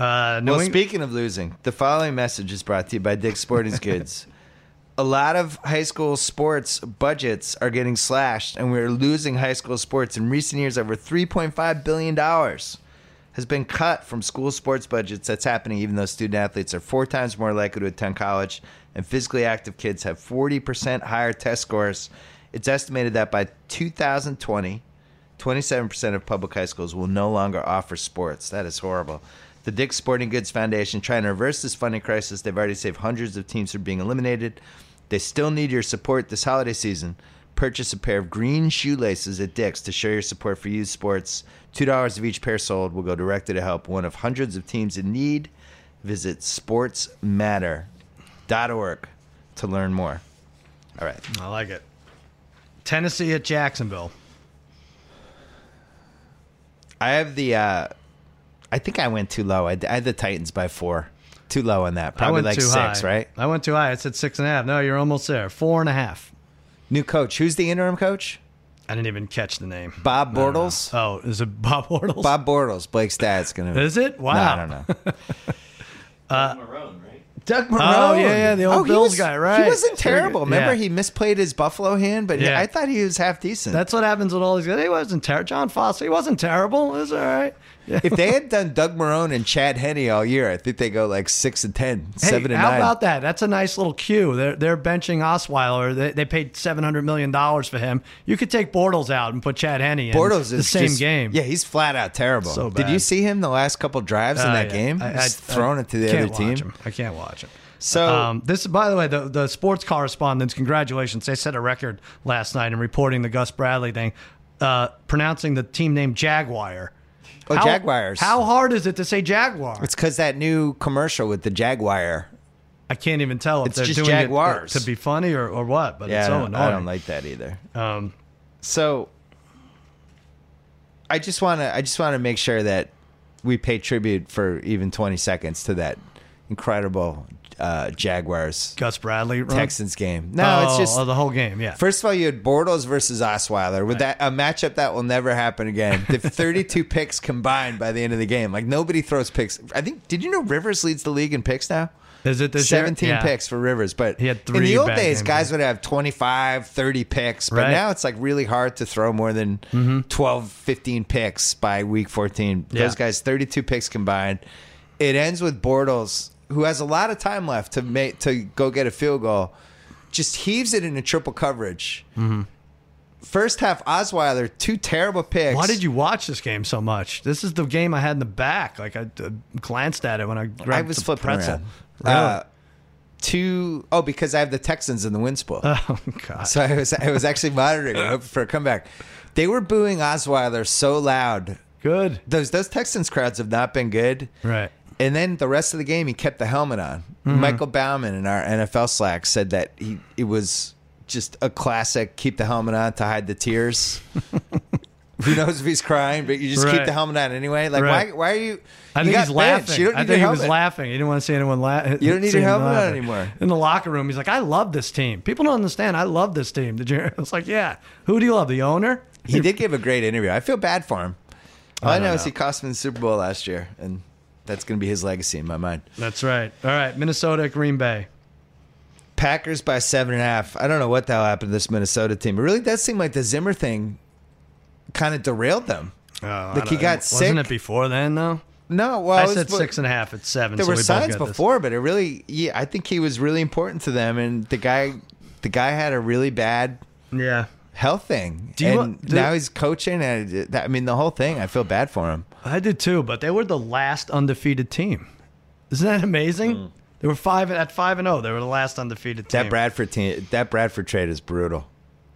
[SPEAKER 2] Uh, New
[SPEAKER 1] Well,
[SPEAKER 2] Eng-
[SPEAKER 1] speaking of losing, the following message is brought to you by Dick's Sporting Goods. A lot of high school sports budgets are getting slashed, and we're losing high school sports. In recent years, over $3.5 billion has been cut from school sports budgets. That's happening even though student athletes are four times more likely to attend college, and physically active kids have 40% higher test scores. It's estimated that by 2020, 27% of public high schools will no longer offer sports. That is horrible. The Dick's Sporting Goods Foundation trying to reverse this funding crisis. They've already saved hundreds of teams from being eliminated. They still need your support this holiday season. Purchase a pair of green shoelaces at Dick's to show your support for youth sports. $2 of each pair sold will go directly to help one of hundreds of teams in need. Visit sportsmatter.org to learn more. All right.
[SPEAKER 2] I like it. Tennessee at Jacksonville.
[SPEAKER 1] I have the. Uh, I think I went too low. I, I had the Titans by four. Too low on that.
[SPEAKER 2] I
[SPEAKER 1] Probably
[SPEAKER 2] went
[SPEAKER 1] like
[SPEAKER 2] too
[SPEAKER 1] six,
[SPEAKER 2] high.
[SPEAKER 1] right?
[SPEAKER 2] I went too high. I said six and a half. No, you're almost there. Four and a half.
[SPEAKER 1] New coach. Who's the interim coach?
[SPEAKER 2] I didn't even catch the name.
[SPEAKER 1] Bob Bortles.
[SPEAKER 2] Oh, is it Bob Ortles?
[SPEAKER 1] Bob Bortles. Blake Stad's gonna.
[SPEAKER 2] Is it? Wow. Uh,
[SPEAKER 1] No, I don't know.
[SPEAKER 3] Marone, right?
[SPEAKER 1] Doug Marone.
[SPEAKER 2] Oh,
[SPEAKER 1] Oh,
[SPEAKER 2] yeah, yeah, the old
[SPEAKER 1] he
[SPEAKER 2] Bills
[SPEAKER 1] was-
[SPEAKER 2] guy, right.
[SPEAKER 1] He wasn't
[SPEAKER 2] That's pretty
[SPEAKER 1] terrible.
[SPEAKER 2] good.
[SPEAKER 1] Remember,
[SPEAKER 2] Yeah.
[SPEAKER 1] he misplayed his Buffalo hand, but
[SPEAKER 2] Yeah.
[SPEAKER 1] I thought he was half decent.
[SPEAKER 2] That's what happens with all these guys. He wasn't terrible. John Foster, he wasn't terrible. It was all right. Yeah.
[SPEAKER 1] if they had done Doug Marone and Chad Henney all year, I think they go like six and ten,
[SPEAKER 2] Hey,
[SPEAKER 1] seven and
[SPEAKER 2] how
[SPEAKER 1] nine.
[SPEAKER 2] about that? That's a nice little cue. They're, they're benching Osweiler. They, they paid $700 million for him. You could take Bortles out and put Chad Henney in.
[SPEAKER 1] Bortles is
[SPEAKER 2] the same
[SPEAKER 1] just-
[SPEAKER 2] game.
[SPEAKER 1] Yeah, he's flat out terrible.
[SPEAKER 2] So
[SPEAKER 1] Did you
[SPEAKER 2] bad.
[SPEAKER 1] see him the last couple drives in
[SPEAKER 2] Uh,
[SPEAKER 1] that
[SPEAKER 2] yeah.
[SPEAKER 1] game?
[SPEAKER 2] I- I-
[SPEAKER 1] Just throwing
[SPEAKER 2] I
[SPEAKER 1] it to the
[SPEAKER 2] can't
[SPEAKER 1] other team.
[SPEAKER 2] watch him. I can't watch him.
[SPEAKER 1] So-
[SPEAKER 2] um, this, by the way, the, the sports correspondents, congratulations. They set a record last night in reporting the Gus Bradley thing, uh, pronouncing the team name Jaguar.
[SPEAKER 1] Oh,
[SPEAKER 2] How-
[SPEAKER 1] Jaguars.
[SPEAKER 2] How hard is it to say Jaguar?
[SPEAKER 1] It's because that new commercial with the Jaguar.
[SPEAKER 2] I can't even tell if
[SPEAKER 1] It's
[SPEAKER 2] they're
[SPEAKER 1] just
[SPEAKER 2] doing it
[SPEAKER 1] Jaguars.
[SPEAKER 2] to be funny or, or what, but
[SPEAKER 1] I
[SPEAKER 2] it's so
[SPEAKER 1] don't,
[SPEAKER 2] annoying.
[SPEAKER 1] I don't like that either.
[SPEAKER 2] um,
[SPEAKER 1] So I just want to I just want to make sure that we pay tribute for even 20 seconds to that incredible uh, Jaguars
[SPEAKER 2] Gus Bradley. Run.
[SPEAKER 1] Texans game. No,
[SPEAKER 2] Oh,
[SPEAKER 1] it's just
[SPEAKER 2] oh, the whole game. Yeah.
[SPEAKER 1] First of all, you had Bortles versus Osweiler with that a matchup that will never happen again. The 32 picks combined by the end of the game. Like nobody throws picks. I think. Did you know Rivers leads the league in picks now?
[SPEAKER 2] is it this year?
[SPEAKER 1] 17
[SPEAKER 2] Yeah.
[SPEAKER 1] picks for Rivers, but
[SPEAKER 2] He had
[SPEAKER 1] in the
[SPEAKER 2] three
[SPEAKER 1] old
[SPEAKER 2] bad
[SPEAKER 1] days,
[SPEAKER 2] games,
[SPEAKER 1] guys would have 25, 30 picks, but
[SPEAKER 2] Right. Mm-hmm.
[SPEAKER 1] now it's like really hard to throw more than 12, 15 picks by week 14.
[SPEAKER 2] Yeah.
[SPEAKER 1] Those guys, 32 picks combined. It ends with Bortles, who has a lot of time left to make to go get a field goal, just heaves it into triple coverage.
[SPEAKER 2] Mm-hmm.
[SPEAKER 1] First half, Osweiler, two terrible picks.
[SPEAKER 2] Why did you watch this game so much? This is the game I had in the back. Like I uh, glanced at it when I grabbed
[SPEAKER 1] I was
[SPEAKER 2] the
[SPEAKER 1] flipping
[SPEAKER 2] pretzel.
[SPEAKER 1] around.
[SPEAKER 2] Really?
[SPEAKER 1] Uh, two, oh, because I have the Texans in the win spool.
[SPEAKER 2] oh god.
[SPEAKER 1] So I was I was actually monitoring it, hoping for a comeback. They were booing Osweiler so loud.
[SPEAKER 2] Good.
[SPEAKER 1] Those those Texans crowds have not been good.
[SPEAKER 2] Right. Mm-hmm.
[SPEAKER 1] And then the rest of the game, he kept the helmet on. Michael Bauman in our NFL Slack said that he it was just a classic keep the helmet on to hide the tears. Who knows if he's crying, but you just keep
[SPEAKER 2] Right.
[SPEAKER 1] the helmet on anyway. Like
[SPEAKER 2] Right.
[SPEAKER 1] why why are you?
[SPEAKER 2] I
[SPEAKER 1] you
[SPEAKER 2] think
[SPEAKER 1] got
[SPEAKER 2] he's laughing.
[SPEAKER 1] benched. You don't
[SPEAKER 2] I
[SPEAKER 1] need
[SPEAKER 2] think
[SPEAKER 1] your
[SPEAKER 2] he was
[SPEAKER 1] helmet.
[SPEAKER 2] laughing. He didn't want to see anyone laugh.
[SPEAKER 1] You don't need
[SPEAKER 2] see
[SPEAKER 1] your
[SPEAKER 2] him
[SPEAKER 1] helmet on
[SPEAKER 2] laughing.
[SPEAKER 1] anymore.
[SPEAKER 2] In the locker room, he's like, "I love this team. People don't understand. I love this team." Did you? It's like, yeah. Who do you love? The owner?
[SPEAKER 1] He did give a great interview. I feel bad for him. All I,
[SPEAKER 2] don't
[SPEAKER 1] know, is
[SPEAKER 2] know.
[SPEAKER 1] he cost him the Super Bowl last year, and that's going to be his legacy in my mind.
[SPEAKER 2] That's right. All right, Minnesota at Green Bay.
[SPEAKER 1] Packers by seven and a half. I don't know what the hell happened to this Minnesota team. It really does seem like the Zimmer thing kind of derailed them.
[SPEAKER 2] Oh,
[SPEAKER 1] Like, he got sick?
[SPEAKER 2] Wasn't it before then though?
[SPEAKER 1] No, well,
[SPEAKER 2] I,
[SPEAKER 1] it was-
[SPEAKER 2] said six and a half. It's seven.
[SPEAKER 1] There
[SPEAKER 2] so
[SPEAKER 1] were
[SPEAKER 2] we both
[SPEAKER 1] signs
[SPEAKER 2] got this.
[SPEAKER 1] before, but it really, yeah, I think he was really important to them, and the guy, the guy had a really bad
[SPEAKER 2] Yeah.
[SPEAKER 1] health thing,
[SPEAKER 2] Do you
[SPEAKER 1] and
[SPEAKER 2] want- do-
[SPEAKER 1] now he's coaching, and it- that- I mean the whole thing. I feel bad for him.
[SPEAKER 2] I did too, but they were the last undefeated team. Isn't that amazing? They were five at five and zero. They were the last undefeated team.
[SPEAKER 1] Hmm. That Bradford team, that Bradford trade is brutal.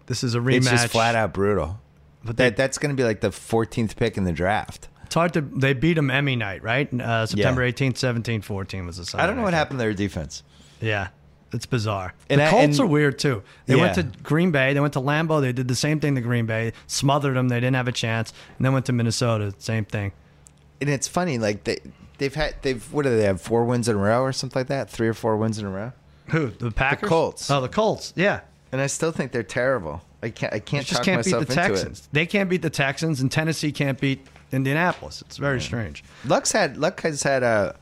[SPEAKER 2] this is a rematch.
[SPEAKER 1] It's just flat out brutal.
[SPEAKER 2] But they,
[SPEAKER 1] That that's going to be like the 14th pick in the draft.
[SPEAKER 2] It's hard to. They beat them Emmy night, right? Uh, September
[SPEAKER 1] Yeah.
[SPEAKER 2] 18th, 17, 14 was the Sunday.
[SPEAKER 1] I don't know what
[SPEAKER 2] night.
[SPEAKER 1] happened to their defense.
[SPEAKER 2] Yeah. It's bizarre.
[SPEAKER 1] And
[SPEAKER 2] the
[SPEAKER 1] I-
[SPEAKER 2] Colts
[SPEAKER 1] and-
[SPEAKER 2] are weird too. They went
[SPEAKER 1] Yeah.
[SPEAKER 2] to Green Bay, they went to Lambeau, they did the same thing to Green Bay, smothered them, they didn't have a chance, and then went to Minnesota, same thing.
[SPEAKER 1] And it's funny, like they they've had they've what do they have four wins in a row or something like that? Three or four wins in a row.
[SPEAKER 2] Who? The Packers?
[SPEAKER 1] Colts.
[SPEAKER 2] Oh, the Colts. Yeah.
[SPEAKER 1] And I still think they're terrible. I can't I
[SPEAKER 2] You
[SPEAKER 1] can't
[SPEAKER 2] just
[SPEAKER 1] talk
[SPEAKER 2] can't beat
[SPEAKER 1] myself
[SPEAKER 2] the
[SPEAKER 1] into
[SPEAKER 2] Texans. They can't beat the Texans and Tennessee can't beat Indianapolis. It's very strange.
[SPEAKER 1] it. Luck's had Luck has had a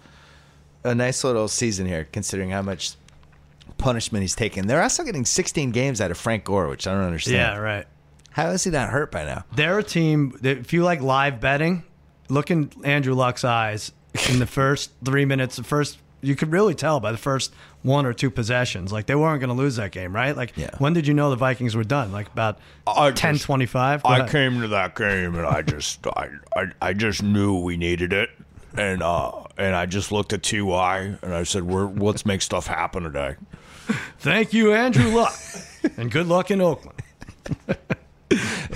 [SPEAKER 1] a nice little season here, considering how much punishment he's taken. They're also getting 16 games out of Frank Gore, which I don't understand.
[SPEAKER 2] Yeah, right.
[SPEAKER 1] How is he not hurt by now?
[SPEAKER 2] They're a team that if you like live betting, look in Andrew Luck's eyes in the first three minutes, the first you could really tell by the first one or two possessions. Like they weren't gonna lose that game, right? Like
[SPEAKER 1] Yeah.
[SPEAKER 2] when did you know the Vikings were done? Like about
[SPEAKER 4] I
[SPEAKER 2] ten
[SPEAKER 4] just-
[SPEAKER 2] twenty five?
[SPEAKER 4] I came to that game and I just I, I, I just knew we needed it. And uh and I just looked at TY and I said, We're let's make stuff happen today.
[SPEAKER 2] Thank you, Andrew Luck. and good luck in Oakland.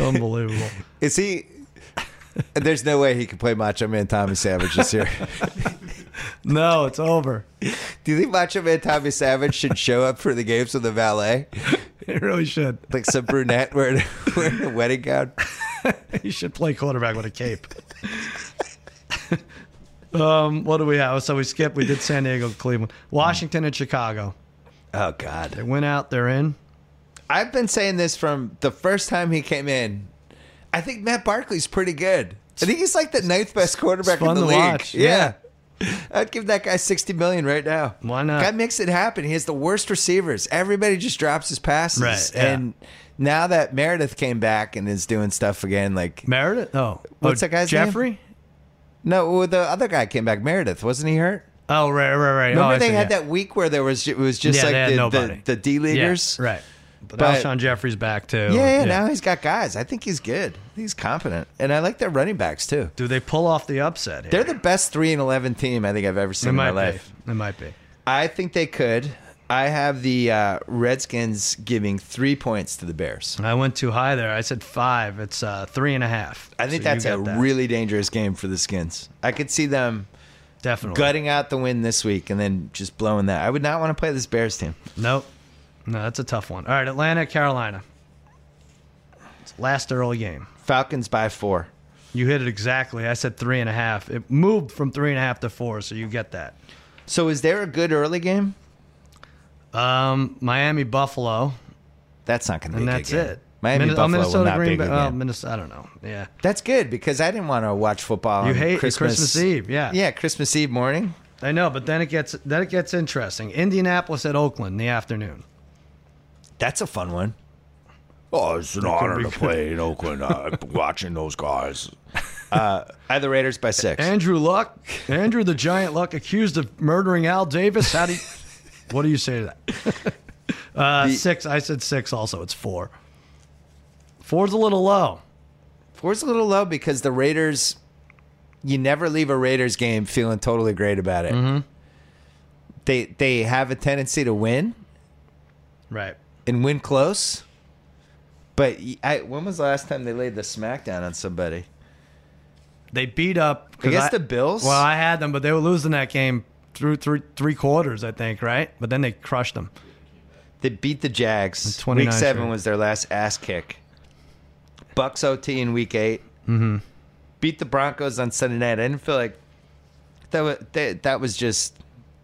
[SPEAKER 2] Unbelievable.
[SPEAKER 1] Is he? There's no way he could play Macho Man Tommy Savage this year.
[SPEAKER 2] No, it's over.
[SPEAKER 1] Do you think Macho Man Tommy Savage should show up for the games with a valet,
[SPEAKER 2] It really should.
[SPEAKER 1] like some brunette wearing, wearing a wedding gown?
[SPEAKER 2] You should play quarterback with a cape. um, what do we have? So we skipped. We did San Diego, Cleveland, Washington, and Chicago.
[SPEAKER 1] Oh God!
[SPEAKER 2] They went out. They're in.
[SPEAKER 1] I've been saying this from the first time he came in. I think Matt Barkley's pretty good. I think he's like the ninth best quarterback
[SPEAKER 2] fun
[SPEAKER 1] in the
[SPEAKER 2] to
[SPEAKER 1] league.
[SPEAKER 2] watch,
[SPEAKER 1] Yeah. I'd give that guy sixty million right now.
[SPEAKER 2] Why not?
[SPEAKER 1] Guy makes it happen. He has the worst receivers. Everybody just drops his passes.
[SPEAKER 2] Right, yeah.
[SPEAKER 1] And now that Meredith came back and is doing stuff again, like
[SPEAKER 2] Meredith. Oh,
[SPEAKER 1] What's
[SPEAKER 2] oh,
[SPEAKER 1] that guy's
[SPEAKER 2] Jeffrey?
[SPEAKER 1] No, well, the other guy came back, Meredith. Wasn't he hurt?
[SPEAKER 2] Oh, right, right, right.
[SPEAKER 1] Remember
[SPEAKER 2] oh, I
[SPEAKER 1] they
[SPEAKER 2] see,
[SPEAKER 1] had
[SPEAKER 2] yeah.
[SPEAKER 1] that week where there was it was just
[SPEAKER 2] Yeah, they had
[SPEAKER 1] like the,
[SPEAKER 2] nobody.
[SPEAKER 1] the, the D leaders.
[SPEAKER 2] Yeah, right. But,
[SPEAKER 1] But-
[SPEAKER 2] Alshon Jeffrey's back too.
[SPEAKER 1] Yeah, yeah, Now he's got guys. I think he's good. He's competent, and I like their running backs too.
[SPEAKER 2] Do they pull off the upset? Here?
[SPEAKER 1] They're the best three and eleven team I think I've ever seen
[SPEAKER 2] They
[SPEAKER 1] in my
[SPEAKER 2] might
[SPEAKER 1] life.
[SPEAKER 2] be. They might be.
[SPEAKER 1] I think they could. I have the uh, Redskins giving three points to the Bears.
[SPEAKER 2] I went too high there. I said five. It's uh, three and a half.
[SPEAKER 1] I think
[SPEAKER 2] So you
[SPEAKER 1] that's a
[SPEAKER 2] got that.
[SPEAKER 1] really dangerous game for the Skins. I could see them
[SPEAKER 2] definitely
[SPEAKER 1] gutting out the win this week and then just blowing that. I would not want to play this Bears team.
[SPEAKER 2] Nope. No, that's a tough one. All right, Atlanta, Carolina. It's last early game.
[SPEAKER 1] Falcons by four.
[SPEAKER 2] You hit it exactly. I said three and a half. It moved from three and a half to four, so you get that.
[SPEAKER 1] So is there a good early game?
[SPEAKER 2] Um, Miami, Buffalo,
[SPEAKER 1] That's not going to be
[SPEAKER 2] and
[SPEAKER 1] a good
[SPEAKER 2] that's
[SPEAKER 1] game.
[SPEAKER 2] it.
[SPEAKER 1] Miami
[SPEAKER 2] Minne- oh,
[SPEAKER 1] Buffalo will not be a
[SPEAKER 2] Green
[SPEAKER 1] good
[SPEAKER 2] Bay. Oh,
[SPEAKER 1] game.
[SPEAKER 2] Minnesota. I don't know. Yeah,
[SPEAKER 1] That's good because I didn't want to watch football.
[SPEAKER 2] you
[SPEAKER 1] on
[SPEAKER 2] hate
[SPEAKER 1] Christmas.
[SPEAKER 2] Christmas. Eve. Yeah,
[SPEAKER 1] Yeah, Christmas Eve morning.
[SPEAKER 2] I know, but then it gets then it gets interesting. Indianapolis at Oakland in the afternoon.
[SPEAKER 1] That's a fun one.
[SPEAKER 4] Oh, it's an honor
[SPEAKER 2] be
[SPEAKER 4] to
[SPEAKER 2] good.
[SPEAKER 4] play in Oakland. Uh, watching those guys.
[SPEAKER 1] I had the Raiders by six.
[SPEAKER 2] Andrew Luck, Andrew the Giant Luck, accused of murdering Al Davis. How do you, what do you say to that? Uh, six. I said six. Also, it's four. Four's a little low.
[SPEAKER 1] Four's a little low because the Raiders. You never leave a Raiders game feeling totally great about it.
[SPEAKER 2] Mm-hmm.
[SPEAKER 1] They they have a tendency to win
[SPEAKER 2] Right.
[SPEAKER 1] and win close. But I, when was the last time they laid the smackdown on somebody?
[SPEAKER 2] They beat up. 'cause
[SPEAKER 1] I guess the Bills?
[SPEAKER 2] Well, I had them, but they were losing that game through three three quarters, I think. Right. But then they crushed them.
[SPEAKER 1] They beat the Jags.
[SPEAKER 2] 29
[SPEAKER 1] Week seven
[SPEAKER 2] straight.
[SPEAKER 1] was their last ass kick. Bucks OT in week 8 Mm-hmm. Beat the Broncos on Sunday night. I didn't feel like that. Was, that, that was just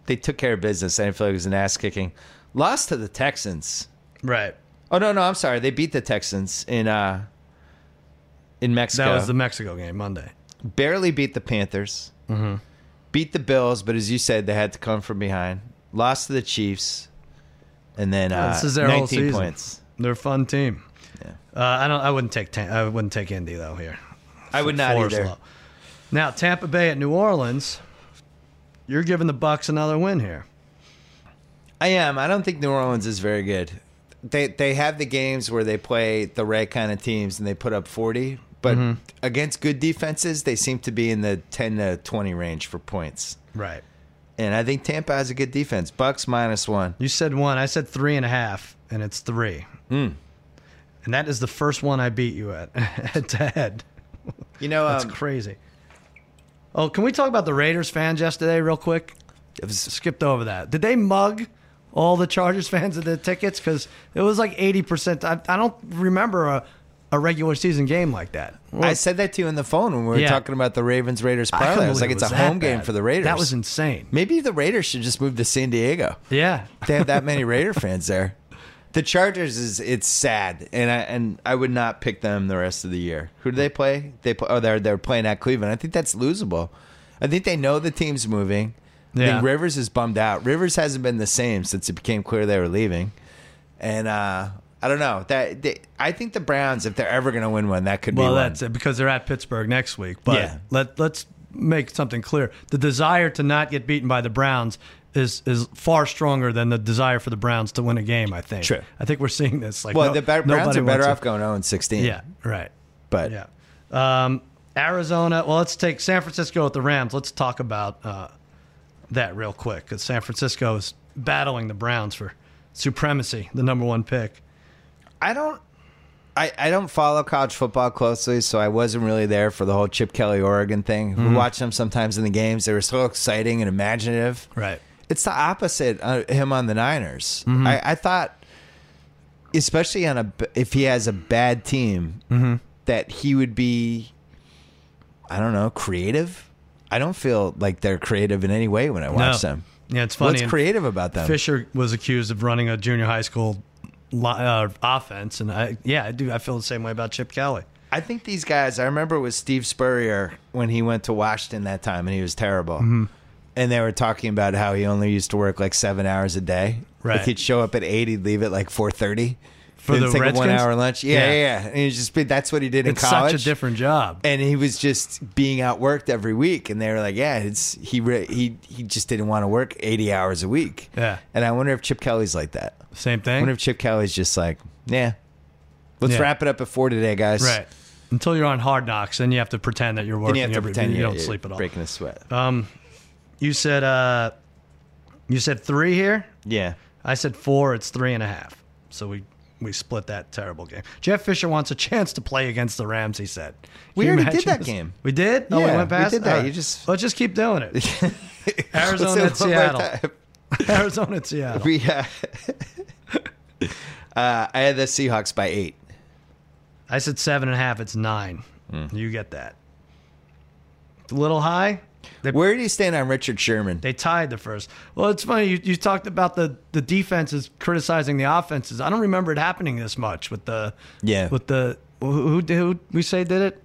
[SPEAKER 1] they took care of business. I didn't feel like it was an ass kicking. Lost to the Texans.
[SPEAKER 2] Right.
[SPEAKER 1] Oh no, no, I'm sorry. They beat the Texans in uh in
[SPEAKER 2] That
[SPEAKER 1] Mexico.
[SPEAKER 2] was the Mexico game Monday.
[SPEAKER 1] Barely beat the Panthers. Mm-hmm. Beat the Bills, but as you said, they had to come from behind. Lost to the Chiefs, and then uh,
[SPEAKER 2] this is their
[SPEAKER 1] 19
[SPEAKER 2] whole season.
[SPEAKER 1] points.
[SPEAKER 2] They're a fun team.
[SPEAKER 1] Yeah.
[SPEAKER 2] Uh, I don't. I wouldn't take. Tan- I wouldn't take Indy though here.
[SPEAKER 1] I would not
[SPEAKER 2] Four's
[SPEAKER 1] either.
[SPEAKER 2] low. Now Tampa Bay at New Orleans, you're giving the Bucks another win here.
[SPEAKER 1] I am. I don't think New Orleans is very good. They they have the games where they play the right kind of teams and they put up forty, but
[SPEAKER 2] Mm-hmm.
[SPEAKER 1] against good defenses, they seem to be in the ten to twenty range for points.
[SPEAKER 2] Right.
[SPEAKER 1] And I think Tampa has a good defense. Bucks minus one.
[SPEAKER 2] You said one. I said three and a half, and it's three.
[SPEAKER 1] Hmm.
[SPEAKER 2] And that is the first one I beat you at head to head.
[SPEAKER 1] You know,
[SPEAKER 2] That's
[SPEAKER 1] um,
[SPEAKER 2] crazy. Oh, can we talk about the Raiders fans yesterday, real quick?
[SPEAKER 1] It was
[SPEAKER 2] Skipped over that. Did they mug all the Chargers fans of the tickets? Because it was like eighty percent. I, I don't remember a, a regular season game like that.
[SPEAKER 1] I said that to you on the phone when we were
[SPEAKER 2] Yeah.
[SPEAKER 1] talking about the Ravens Raiders
[SPEAKER 2] I couldn't
[SPEAKER 1] parlay. I, was
[SPEAKER 2] believe
[SPEAKER 1] like,
[SPEAKER 2] it
[SPEAKER 1] it's a
[SPEAKER 2] that
[SPEAKER 1] home game
[SPEAKER 2] bad.
[SPEAKER 1] for the Raiders.
[SPEAKER 2] That was insane.
[SPEAKER 1] Maybe the Raiders should just move to San Diego.
[SPEAKER 2] Yeah,
[SPEAKER 1] They have that many Raider fans there. The Chargers is it's sad, and I and I would not pick them the rest of the year. Who do they play? They play, oh they're they're playing at Cleveland. I think that's losable. I think they know the team's moving. I
[SPEAKER 2] Yeah.
[SPEAKER 1] think Rivers is bummed out. Rivers hasn't been the same since it became clear they were leaving, and uh, I don't know that. They, I think the Browns, if they're ever going to win one, that could be
[SPEAKER 2] Well,
[SPEAKER 1] one.
[SPEAKER 2] that's it because they're at Pittsburgh next week. But
[SPEAKER 1] Yeah.
[SPEAKER 2] let let's make something clear: the desire to not get beaten by the Browns is is far stronger than the desire for the Browns to win a game. I think.
[SPEAKER 1] True.
[SPEAKER 2] I think we're seeing this. Like,
[SPEAKER 1] Well,
[SPEAKER 2] no-
[SPEAKER 1] the Bar- Browns
[SPEAKER 2] nobody
[SPEAKER 1] are better
[SPEAKER 2] wants
[SPEAKER 1] off going 0 16.
[SPEAKER 2] To, yeah. Right.
[SPEAKER 1] But
[SPEAKER 2] Yeah. Um, Arizona. Well, let's take San Francisco with the Rams. Let's talk about uh, that real quick because San Francisco is battling the Browns for supremacy, the number one pick.
[SPEAKER 1] I don't. I, I don't follow college football closely, so I wasn't really there for the whole Chip Kelly Oregon thing.
[SPEAKER 2] Mm-hmm.
[SPEAKER 1] We watched them sometimes in the games; they were so exciting and imaginative.
[SPEAKER 2] Right.
[SPEAKER 1] It's the opposite of him on the Niners.
[SPEAKER 2] Mm-hmm.
[SPEAKER 1] I, I thought, especially on a b- if he has a bad team,
[SPEAKER 2] Mm-hmm.
[SPEAKER 1] that he would be, I don't know, creative. I don't feel like they're creative in any way when I watch
[SPEAKER 2] No.
[SPEAKER 1] them.
[SPEAKER 2] Yeah, it's funny.
[SPEAKER 1] What's
[SPEAKER 2] and-
[SPEAKER 1] creative about them?
[SPEAKER 2] Fisher was accused of running a junior high school li- uh, offense, and I yeah, I do. I feel the same way about Chip Kelly.
[SPEAKER 1] I think these guys. I remember it was Steve Spurrier when he went to Washington that time, and he was terrible.
[SPEAKER 2] Mm-hmm.
[SPEAKER 1] And they were talking about how he only used to work like seven hours a day.
[SPEAKER 2] Right.
[SPEAKER 1] Like he'd show up at eight, he'd leave at like four thirty.
[SPEAKER 2] For
[SPEAKER 1] Didn't
[SPEAKER 2] the
[SPEAKER 1] take a one
[SPEAKER 2] Redskins?
[SPEAKER 1] hour lunch. Yeah, yeah.
[SPEAKER 2] Yeah.
[SPEAKER 1] yeah. And he just that's what he did in
[SPEAKER 2] It's
[SPEAKER 1] college.
[SPEAKER 2] such a different job.
[SPEAKER 1] and he was just being outworked every week, and they were like, "Yeah, it's he re- he he just didn't want to work eighty hours a week."
[SPEAKER 2] Yeah.
[SPEAKER 1] and I wonder if Chip Kelly's like that.
[SPEAKER 2] Same
[SPEAKER 1] I
[SPEAKER 2] thing,
[SPEAKER 1] wonder if Chip Kelly's just like, "Yeah, let's
[SPEAKER 2] Yeah.
[SPEAKER 1] wrap it up at four today, guys."
[SPEAKER 2] right? Until you're on hard knocks, then you have to pretend that you're working.
[SPEAKER 1] Then you have to
[SPEAKER 2] every-
[SPEAKER 1] pretend
[SPEAKER 2] you
[SPEAKER 1] you're-
[SPEAKER 2] don't
[SPEAKER 1] you're
[SPEAKER 2] sleep at all. Uh,
[SPEAKER 1] breaking a sweat.
[SPEAKER 2] You said uh, you said three here.
[SPEAKER 1] Yeah.
[SPEAKER 2] I said four. It's three and a half. So we we split that terrible game. Jeff Fisher wants a chance to play against the Rams. He said
[SPEAKER 1] We
[SPEAKER 2] Can you
[SPEAKER 1] already did
[SPEAKER 2] imagine
[SPEAKER 1] that
[SPEAKER 2] this?
[SPEAKER 1] game.
[SPEAKER 2] We did. Oh,
[SPEAKER 1] Yeah,
[SPEAKER 2] we
[SPEAKER 1] we
[SPEAKER 2] went past.
[SPEAKER 1] did that.
[SPEAKER 2] All
[SPEAKER 1] You just-
[SPEAKER 2] let's just keep doing it. Arizona at
[SPEAKER 1] Let's say it one more
[SPEAKER 2] Seattle.
[SPEAKER 1] time.
[SPEAKER 2] Arizona at Seattle.
[SPEAKER 1] We uh, uh, I had the Seahawks by eight.
[SPEAKER 2] I said seven and a half. It's nine.
[SPEAKER 1] Hmm.
[SPEAKER 2] You get that. It's a little high. They,
[SPEAKER 1] Where do you stand on Richard Sherman?
[SPEAKER 2] they tied the first. Well, it's funny. You, you talked about the, the defenses criticizing the offenses. I don't remember it happening this much with the
[SPEAKER 1] Yeah.
[SPEAKER 2] with the who who, who we say did it.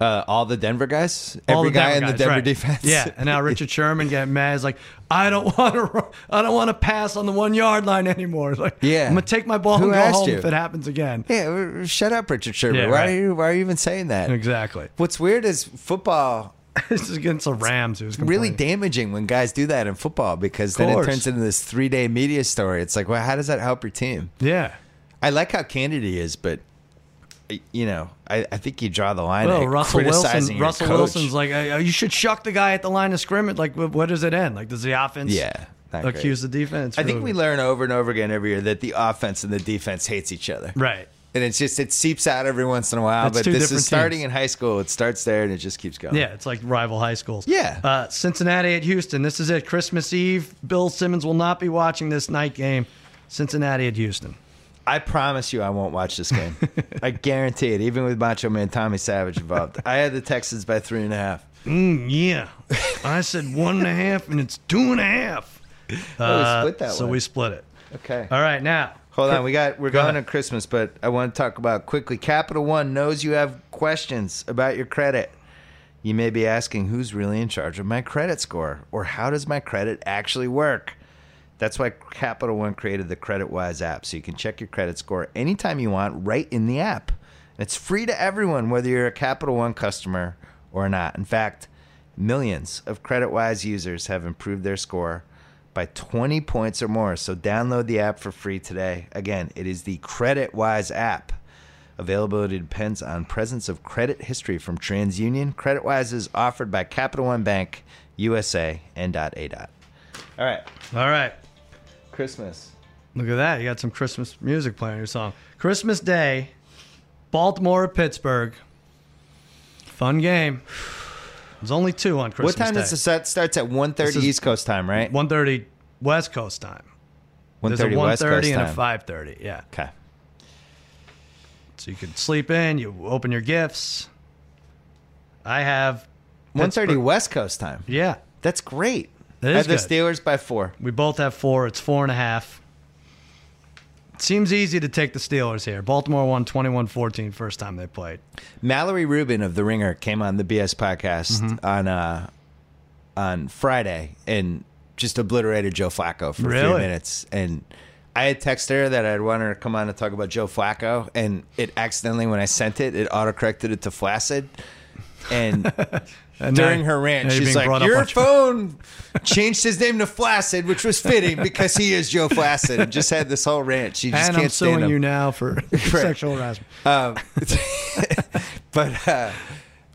[SPEAKER 1] Uh, all the Denver guys,
[SPEAKER 2] All
[SPEAKER 1] every
[SPEAKER 2] the
[SPEAKER 1] guy in
[SPEAKER 2] Denver
[SPEAKER 1] the
[SPEAKER 2] guys,
[SPEAKER 1] Denver
[SPEAKER 2] right.
[SPEAKER 1] defense.
[SPEAKER 2] Yeah, and now Richard Sherman got mad. He's like, I don't want to, I don't want to pass on the one yard line anymore. Like,
[SPEAKER 1] Yeah.
[SPEAKER 2] I'm gonna take my ball
[SPEAKER 1] Who
[SPEAKER 2] and go
[SPEAKER 1] asked
[SPEAKER 2] home
[SPEAKER 1] you?
[SPEAKER 2] if it happens again.
[SPEAKER 1] yeah. r- r- Shut up, Richard Sherman.
[SPEAKER 2] Yeah,
[SPEAKER 1] why
[SPEAKER 2] right.
[SPEAKER 1] are you Why are you even saying that?
[SPEAKER 2] Exactly.
[SPEAKER 1] What's weird is football
[SPEAKER 2] this is against the Rams. Who's
[SPEAKER 1] really damaging when guys do that in football because then it
[SPEAKER 2] Course.
[SPEAKER 1] turns into this three day media story. It's like, well, how does that help your team?
[SPEAKER 2] Yeah.
[SPEAKER 1] I like how candid he is, but you know, I, I think you draw the line.
[SPEAKER 2] Well,
[SPEAKER 1] at
[SPEAKER 2] Russell
[SPEAKER 1] criticizing
[SPEAKER 2] Wilson.
[SPEAKER 1] your
[SPEAKER 2] Russell
[SPEAKER 1] coach.
[SPEAKER 2] Wilson's like, uh, you should shuck the guy at the line of scrimmage. Like, wh- where does it end? Like, does the offense?
[SPEAKER 1] Yeah, not great.
[SPEAKER 2] accuse the defense.
[SPEAKER 1] I think we learn over and over again every year that the offense and the defense hates each other.
[SPEAKER 2] right.
[SPEAKER 1] And it's just it seeps out every once in a while,
[SPEAKER 2] That's
[SPEAKER 1] but
[SPEAKER 2] two
[SPEAKER 1] this
[SPEAKER 2] different
[SPEAKER 1] is starting
[SPEAKER 2] teams.
[SPEAKER 1] in high school. It starts there and it just keeps going.
[SPEAKER 2] Yeah, it's like rival high schools.
[SPEAKER 1] Yeah.
[SPEAKER 2] Uh, Cincinnati at Houston. This is it. Christmas Eve. Bill Simmons will not be watching this night game. Cincinnati at Houston.
[SPEAKER 1] I promise you I won't watch this game. I guarantee it, even with Macho Man Tommy Savage involved. I had the Texans by three and a half.
[SPEAKER 2] Mm, yeah. I said one and a half, and it's two and a half. Uh,
[SPEAKER 1] oh, we split that
[SPEAKER 2] so
[SPEAKER 1] one.
[SPEAKER 2] we split it.
[SPEAKER 1] okay.
[SPEAKER 2] All right, now.
[SPEAKER 1] Hold on, we got we're going
[SPEAKER 2] ahead.
[SPEAKER 1] to Christmas, but I want to talk about quickly. Capital One knows you have questions about your credit. You may be asking who's really in charge of my credit score or how does my credit actually work? That's why Capital One created the CreditWise app so you can check your credit score anytime you want right in the app. And it's free to everyone whether you're a Capital One customer or not. In fact, millions of CreditWise users have improved their score by 20 points or more. So download the app for free today. Again, it is the CreditWise app. Availability depends on presence of credit history from TransUnion. CreditWise is offered by Capital One Bank, USA, and .A. All right,
[SPEAKER 2] All right.
[SPEAKER 1] Christmas.
[SPEAKER 2] Look at that. You got some Christmas music playing in your song. Christmas Day, Baltimore, Pittsburgh. Fun game. There's only two on Christmas
[SPEAKER 1] What time
[SPEAKER 2] Day.
[SPEAKER 1] does the set starts at 1.30
[SPEAKER 2] is-
[SPEAKER 1] East Coast time, right?
[SPEAKER 2] 1.30 West Coast time. There's a
[SPEAKER 1] 1.30 West
[SPEAKER 2] 1.30
[SPEAKER 1] Coast
[SPEAKER 2] and
[SPEAKER 1] time.
[SPEAKER 2] a 5.30, yeah.
[SPEAKER 1] Okay.
[SPEAKER 2] So you can sleep in, you open your gifts. I have...
[SPEAKER 1] 1.30
[SPEAKER 2] Pittsburgh-
[SPEAKER 1] West Coast time.
[SPEAKER 2] Yeah.
[SPEAKER 1] That's great.
[SPEAKER 2] That
[SPEAKER 1] I
[SPEAKER 2] is
[SPEAKER 1] have the
[SPEAKER 2] good.
[SPEAKER 1] Steelers by four.
[SPEAKER 2] We both have four. It's four and a half. Seems easy to take the Steelers here. Baltimore won 21-14 first time they played.
[SPEAKER 1] Mallory Rubin of The Ringer came on the BS podcast
[SPEAKER 2] Mm-hmm.
[SPEAKER 1] on uh, on Friday and just obliterated Joe Flacco for a few
[SPEAKER 2] Really?
[SPEAKER 1] minutes. And I had texted her that I'd want her to come on and talk about Joe Flacco, and it accidentally, when I sent it, it autocorrected it to flaccid. And
[SPEAKER 2] And
[SPEAKER 1] during
[SPEAKER 2] now-
[SPEAKER 1] her rant,
[SPEAKER 2] now you're
[SPEAKER 1] she's
[SPEAKER 2] being brought
[SPEAKER 1] like,
[SPEAKER 2] up
[SPEAKER 1] "Your
[SPEAKER 2] on-
[SPEAKER 1] phone changed his name to Flaccid, which was fitting because he is Joe Flaccid." And just had this whole rant. She just
[SPEAKER 2] and
[SPEAKER 1] can't
[SPEAKER 2] I'm
[SPEAKER 1] stand
[SPEAKER 2] suing
[SPEAKER 1] him.
[SPEAKER 2] you now for sexual harassment.
[SPEAKER 1] Um, but uh,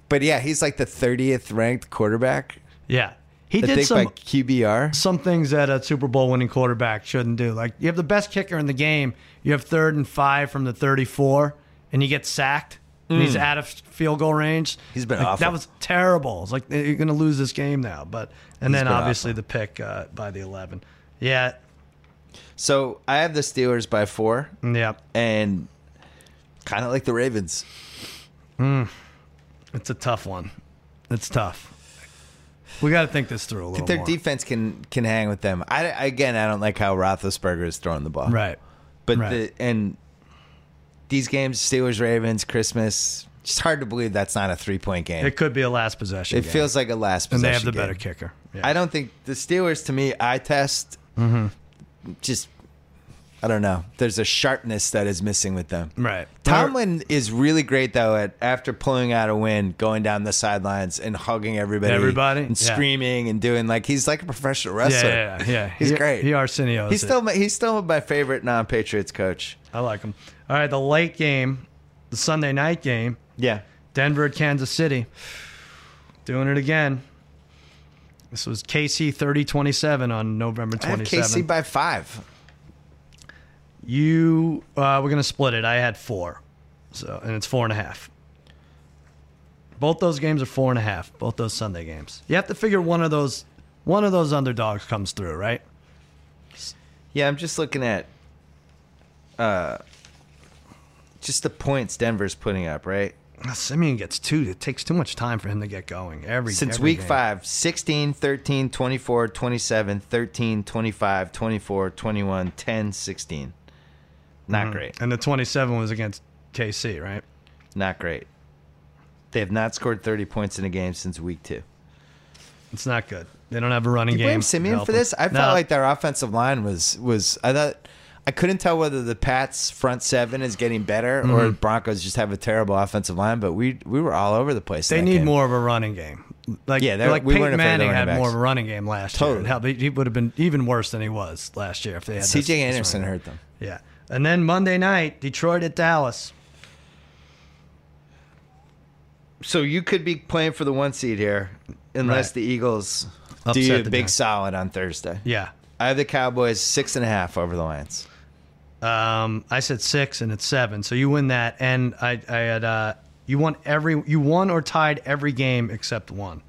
[SPEAKER 1] but yeah, he's like the thirtieth ranked quarterback.
[SPEAKER 2] Yeah. He
[SPEAKER 1] I
[SPEAKER 2] did
[SPEAKER 1] think
[SPEAKER 2] some
[SPEAKER 1] by QBR.
[SPEAKER 2] some things that a Super Bowl winning quarterback shouldn't do. Like you have the best kicker in the game, you have third and five from the 34, and you get sacked. And he's out of field goal range.
[SPEAKER 1] He's been
[SPEAKER 2] like,
[SPEAKER 1] awful.
[SPEAKER 2] That was terrible. It's like eh, you're going to lose this game now. But and then
[SPEAKER 1] been
[SPEAKER 2] obviously the pick uh, by the 11. Yeah,
[SPEAKER 1] So I have the Steelers by four,
[SPEAKER 2] yeah.
[SPEAKER 1] and kind of like the Ravens.
[SPEAKER 2] It's a tough one. It's tough. We got to think this through a little
[SPEAKER 1] Their
[SPEAKER 2] more.
[SPEAKER 1] defense can can hang with them. I again, I don't like how Roethlisberger is throwing the ball.
[SPEAKER 2] Right.
[SPEAKER 1] but
[SPEAKER 2] right.
[SPEAKER 1] the and these games, Steelers, Ravens, Christmas. It's hard to believe that's not a three point game.
[SPEAKER 2] It could be a last possession.
[SPEAKER 1] It
[SPEAKER 2] game.
[SPEAKER 1] feels like a last
[SPEAKER 2] and
[SPEAKER 1] possession.
[SPEAKER 2] they have the
[SPEAKER 1] game.
[SPEAKER 2] better kicker. Yeah.
[SPEAKER 1] I don't think the Steelers to me I test
[SPEAKER 2] Mm-hmm.
[SPEAKER 1] just I don't know. There's a sharpness that is missing with them.
[SPEAKER 2] Right.
[SPEAKER 1] Tomlin is really great though at after pulling out a win, going down the sidelines and hugging everybody,
[SPEAKER 2] Everybody?
[SPEAKER 1] and
[SPEAKER 2] Yeah.
[SPEAKER 1] screaming and doing like he's like a professional wrestler.
[SPEAKER 2] Yeah, yeah, yeah.
[SPEAKER 1] He's
[SPEAKER 2] He-
[SPEAKER 1] great.
[SPEAKER 2] He Arsenio.
[SPEAKER 1] He's still my, he's still my favorite non-Patriots coach.
[SPEAKER 2] I like him. All right, the late game, the Sunday night game,
[SPEAKER 1] Yeah.
[SPEAKER 2] Denver at Kansas City. Doing it again. This was KC 30-27 on November
[SPEAKER 1] I have
[SPEAKER 2] 27th.
[SPEAKER 1] KC by 5.
[SPEAKER 2] you, uh, we're going to split it. I had four, so and it's four and a half. Both those games are four and a half. Both those Sunday games. You have to figure one of those, one of those underdogs comes through, right?
[SPEAKER 1] Yeah, I'm just looking at uh just the points Denver's putting up, right?
[SPEAKER 2] Simeon gets two. It takes too much time for him to get going. Every
[SPEAKER 1] since
[SPEAKER 2] every
[SPEAKER 1] week
[SPEAKER 2] game.
[SPEAKER 1] five 16 13 24 27 13 25 24 21 10 16
[SPEAKER 2] Mm-hmm.
[SPEAKER 1] not great
[SPEAKER 2] And the 27 was against KC, right?
[SPEAKER 1] not great they have not scored 30 points in a game since week two
[SPEAKER 2] It's not good. They don't have a running
[SPEAKER 1] Do you
[SPEAKER 2] game.
[SPEAKER 1] blame
[SPEAKER 2] to
[SPEAKER 1] simeon
[SPEAKER 2] help
[SPEAKER 1] for
[SPEAKER 2] them.
[SPEAKER 1] this i felt
[SPEAKER 2] No,
[SPEAKER 1] like their offensive line was was i thought i couldn't tell whether the pats front seven is getting better or
[SPEAKER 2] Mm-hmm.
[SPEAKER 1] broncos just have a terrible offensive line but we we were all over the place in
[SPEAKER 2] they
[SPEAKER 1] that
[SPEAKER 2] need
[SPEAKER 1] game.
[SPEAKER 2] more of a running game. Like
[SPEAKER 1] Yeah, they-
[SPEAKER 2] like
[SPEAKER 1] we weren't
[SPEAKER 2] Peyton
[SPEAKER 1] afraid of the
[SPEAKER 2] Manning had
[SPEAKER 1] running
[SPEAKER 2] more
[SPEAKER 1] backs.
[SPEAKER 2] of a running game last year.
[SPEAKER 1] Totally.
[SPEAKER 2] It helped. He- he would have been even worse than he was last year if they had this-
[SPEAKER 1] cj
[SPEAKER 2] this
[SPEAKER 1] anderson
[SPEAKER 2] running-
[SPEAKER 1] hurt them
[SPEAKER 2] Yeah, and then Monday night, Detroit at Dallas.
[SPEAKER 1] so you could be playing for the one seed here unless
[SPEAKER 2] Right.
[SPEAKER 1] the eagles do
[SPEAKER 2] Upset
[SPEAKER 1] you a
[SPEAKER 2] the
[SPEAKER 1] big
[SPEAKER 2] Giants.
[SPEAKER 1] solid on Thursday.
[SPEAKER 2] Yeah,
[SPEAKER 1] I have the Cowboys six and a half over the Lions.
[SPEAKER 2] um, I said six and it's seven, so you win that. And I, I had uh, you won every you won or tied every game except one.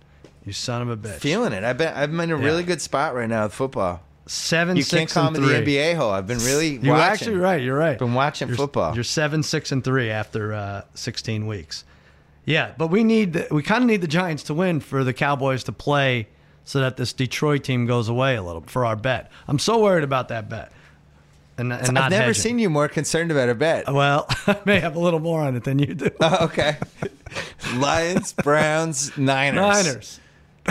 [SPEAKER 2] You son of a bitch.
[SPEAKER 1] Feeling it. I've been I'm in a really good spot right now with football.
[SPEAKER 2] seven
[SPEAKER 1] You can't
[SPEAKER 2] six
[SPEAKER 1] call
[SPEAKER 2] and
[SPEAKER 1] me
[SPEAKER 2] three.
[SPEAKER 1] the NBA hole. I've been really
[SPEAKER 2] You're
[SPEAKER 1] watching.
[SPEAKER 2] actually right. You're right.
[SPEAKER 1] Been watching
[SPEAKER 2] you're,
[SPEAKER 1] football.
[SPEAKER 2] You're seven, six, and three after uh, 16 weeks. Yeah, but we need the, we kind of need the Giants to win for the Cowboys to play so that this Detroit team goes away a little for our bet. I'm so worried about that bet, and, and not
[SPEAKER 1] I've never
[SPEAKER 2] hedging.
[SPEAKER 1] seen you more concerned about a bet.
[SPEAKER 2] Well, I may have a little more on it than you do.
[SPEAKER 1] Oh, okay. Lions, Browns, Niners.
[SPEAKER 2] Niners.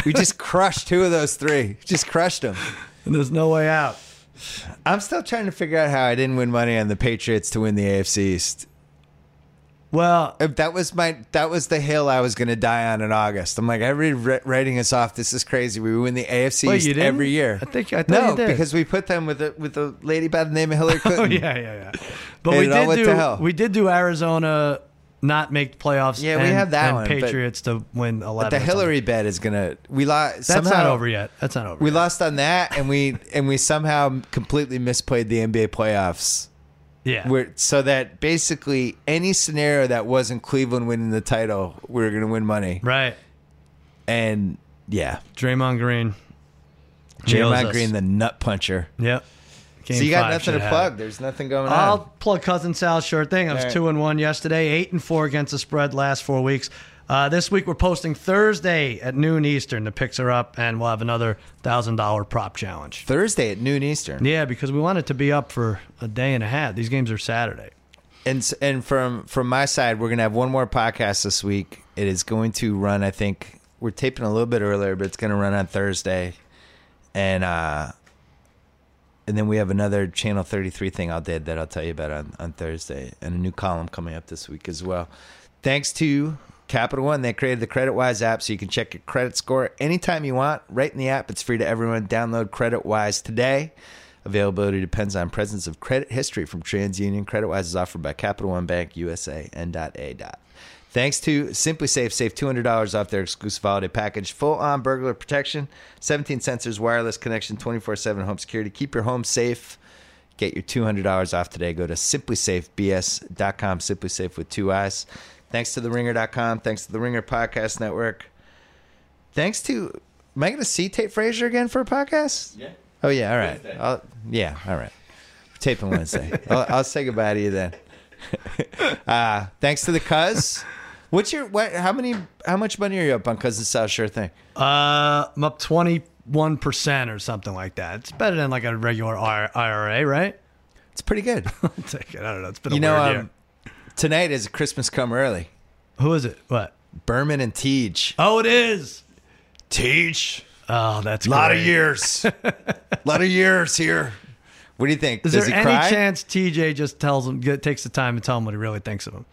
[SPEAKER 1] We just crushed two of those three. Just crushed them.
[SPEAKER 2] There's no way out.
[SPEAKER 1] I'm still trying to figure out how I didn't win money on the Patriots to win the AFC East.
[SPEAKER 2] Well,
[SPEAKER 1] If that was my that was the hill I was going to die on in August. I'm like, everybody writing us off. This is crazy. We win the AFC
[SPEAKER 2] Wait,
[SPEAKER 1] East
[SPEAKER 2] you didn't?
[SPEAKER 1] every year.
[SPEAKER 2] I think- I thought
[SPEAKER 1] no,
[SPEAKER 2] you did.
[SPEAKER 1] because we put them with a with a lady by the name of Hillary Clinton.
[SPEAKER 2] oh yeah, yeah, yeah. But
[SPEAKER 1] And
[SPEAKER 2] we
[SPEAKER 1] it all
[SPEAKER 2] did
[SPEAKER 1] went
[SPEAKER 2] do
[SPEAKER 1] to hell.
[SPEAKER 2] we did do Arizona not make playoffs.
[SPEAKER 1] Yeah, we
[SPEAKER 2] and-
[SPEAKER 1] have that
[SPEAKER 2] and
[SPEAKER 1] one, but-
[SPEAKER 2] Patriots to win 11.
[SPEAKER 1] But the
[SPEAKER 2] or something.
[SPEAKER 1] Hillary bet is gonna we lost.
[SPEAKER 2] That's
[SPEAKER 1] somehow,
[SPEAKER 2] not over yet. That's not over.
[SPEAKER 1] We
[SPEAKER 2] yet.
[SPEAKER 1] lost on that, and we and we somehow completely misplayed the NBA playoffs.
[SPEAKER 2] Yeah.
[SPEAKER 1] Where, so that basically any scenario that wasn't Cleveland winning the title, we were going to win money.
[SPEAKER 2] right.
[SPEAKER 1] And yeah,
[SPEAKER 2] Draymond Green. Nails
[SPEAKER 1] Draymond
[SPEAKER 2] us.
[SPEAKER 1] Green, the nut puncher.
[SPEAKER 2] Yep. Game
[SPEAKER 1] so you got
[SPEAKER 2] five
[SPEAKER 1] nothing
[SPEAKER 2] should
[SPEAKER 1] to
[SPEAKER 2] have
[SPEAKER 1] plug.
[SPEAKER 2] it.
[SPEAKER 1] There's nothing going
[SPEAKER 2] I'll
[SPEAKER 1] on.
[SPEAKER 2] plug cousin Sal's sure thing. I was
[SPEAKER 1] All right.
[SPEAKER 2] two and one yesterday, eight and four against the spread last four weeks. Uh, this week we're posting Thursday at noon Eastern. The picks are up, and we'll have another thousand dollar prop challenge.
[SPEAKER 1] Thursday at noon Eastern.
[SPEAKER 2] Yeah, because we want it to be up for a day and a half. These games are Saturday.
[SPEAKER 1] And s- and from from my side, we're gonna have one more podcast this week. It is going to run. I think we're taping a little bit earlier, but it's gonna run on Thursday, and uh, and then we have another Channel Thirty Three thing I did that I'll tell you about on on Thursday, and a new column coming up this week as well. Thanks to Capital One, they created the CreditWise app, so you can check your credit score anytime you want, right in the app. It's free to everyone. Download CreditWise today. Availability depends on presence of credit history from TransUnion. CreditWise is offered by Capital One Bank USA and .A. Thanks to Simply Safe, save $200 off their exclusive holiday package. Full on burglar protection, 17 sensors, wireless connection, 24 7 home security. Keep your home safe. Get your $200 off today. Go to simplysafebs.com, simply safe with two eyes. Thanks to theringer.com. Thanks to the Ringer Podcast Network. Thanks to, am I going to see Tate Frazier again for a podcast?
[SPEAKER 3] Yeah.
[SPEAKER 1] Oh yeah, all right.
[SPEAKER 3] Wednesday.
[SPEAKER 1] I'll, yeah, all right. Taping Wednesday. I'll, I'll say goodbye to you then. uh, thanks to the cuz. What's your what? How many? How much money are you up on cousin Sal? Sure thing.
[SPEAKER 2] Uh, I'm up twenty one percent or something like that. It's better than like a regular I- IRA, right?
[SPEAKER 1] It's pretty good.
[SPEAKER 2] I'll take it. I don't know. It's been a
[SPEAKER 1] You know,
[SPEAKER 2] weird
[SPEAKER 1] um,
[SPEAKER 2] year.
[SPEAKER 1] tonight is Christmas come early.
[SPEAKER 2] Who is it? What?
[SPEAKER 1] Berman and Teej.
[SPEAKER 2] Oh, it is.
[SPEAKER 4] Teach.
[SPEAKER 2] Oh, that's
[SPEAKER 4] A lot of
[SPEAKER 2] great.
[SPEAKER 4] years. lot of years here.
[SPEAKER 1] What do you think?
[SPEAKER 2] Is
[SPEAKER 1] Does he
[SPEAKER 2] there any
[SPEAKER 1] cry?
[SPEAKER 2] chance TJ just tells him, get, takes the time to tell him what he really thinks of him?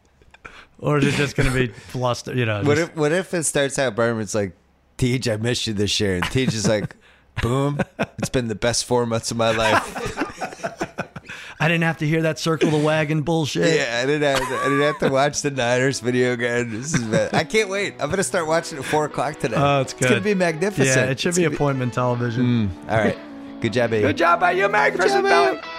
[SPEAKER 2] or is it just going to be bluster? You know,
[SPEAKER 1] What
[SPEAKER 2] just-
[SPEAKER 1] if what if it starts out Berman's like, Teej, I missed you this year, and Teej is like, boom, it's been the best four months of my life.
[SPEAKER 2] I didn't have to hear that circle the wagon bullshit.
[SPEAKER 1] Yeah, I didn't have to, I didn't have to watch the Niners video again. This is bad. I can't wait. I'm gonna start watching at four o'clock today.
[SPEAKER 2] Oh, it's
[SPEAKER 1] It's gonna
[SPEAKER 2] good.
[SPEAKER 1] be magnificent.
[SPEAKER 2] Yeah, it should
[SPEAKER 1] It's
[SPEAKER 2] be
[SPEAKER 1] gonna Hmm.
[SPEAKER 2] appointment television.
[SPEAKER 1] All right. Good job, baby.
[SPEAKER 2] Good job by you, Mac.
[SPEAKER 1] job,
[SPEAKER 2] Prison
[SPEAKER 1] man.
[SPEAKER 2] Bell.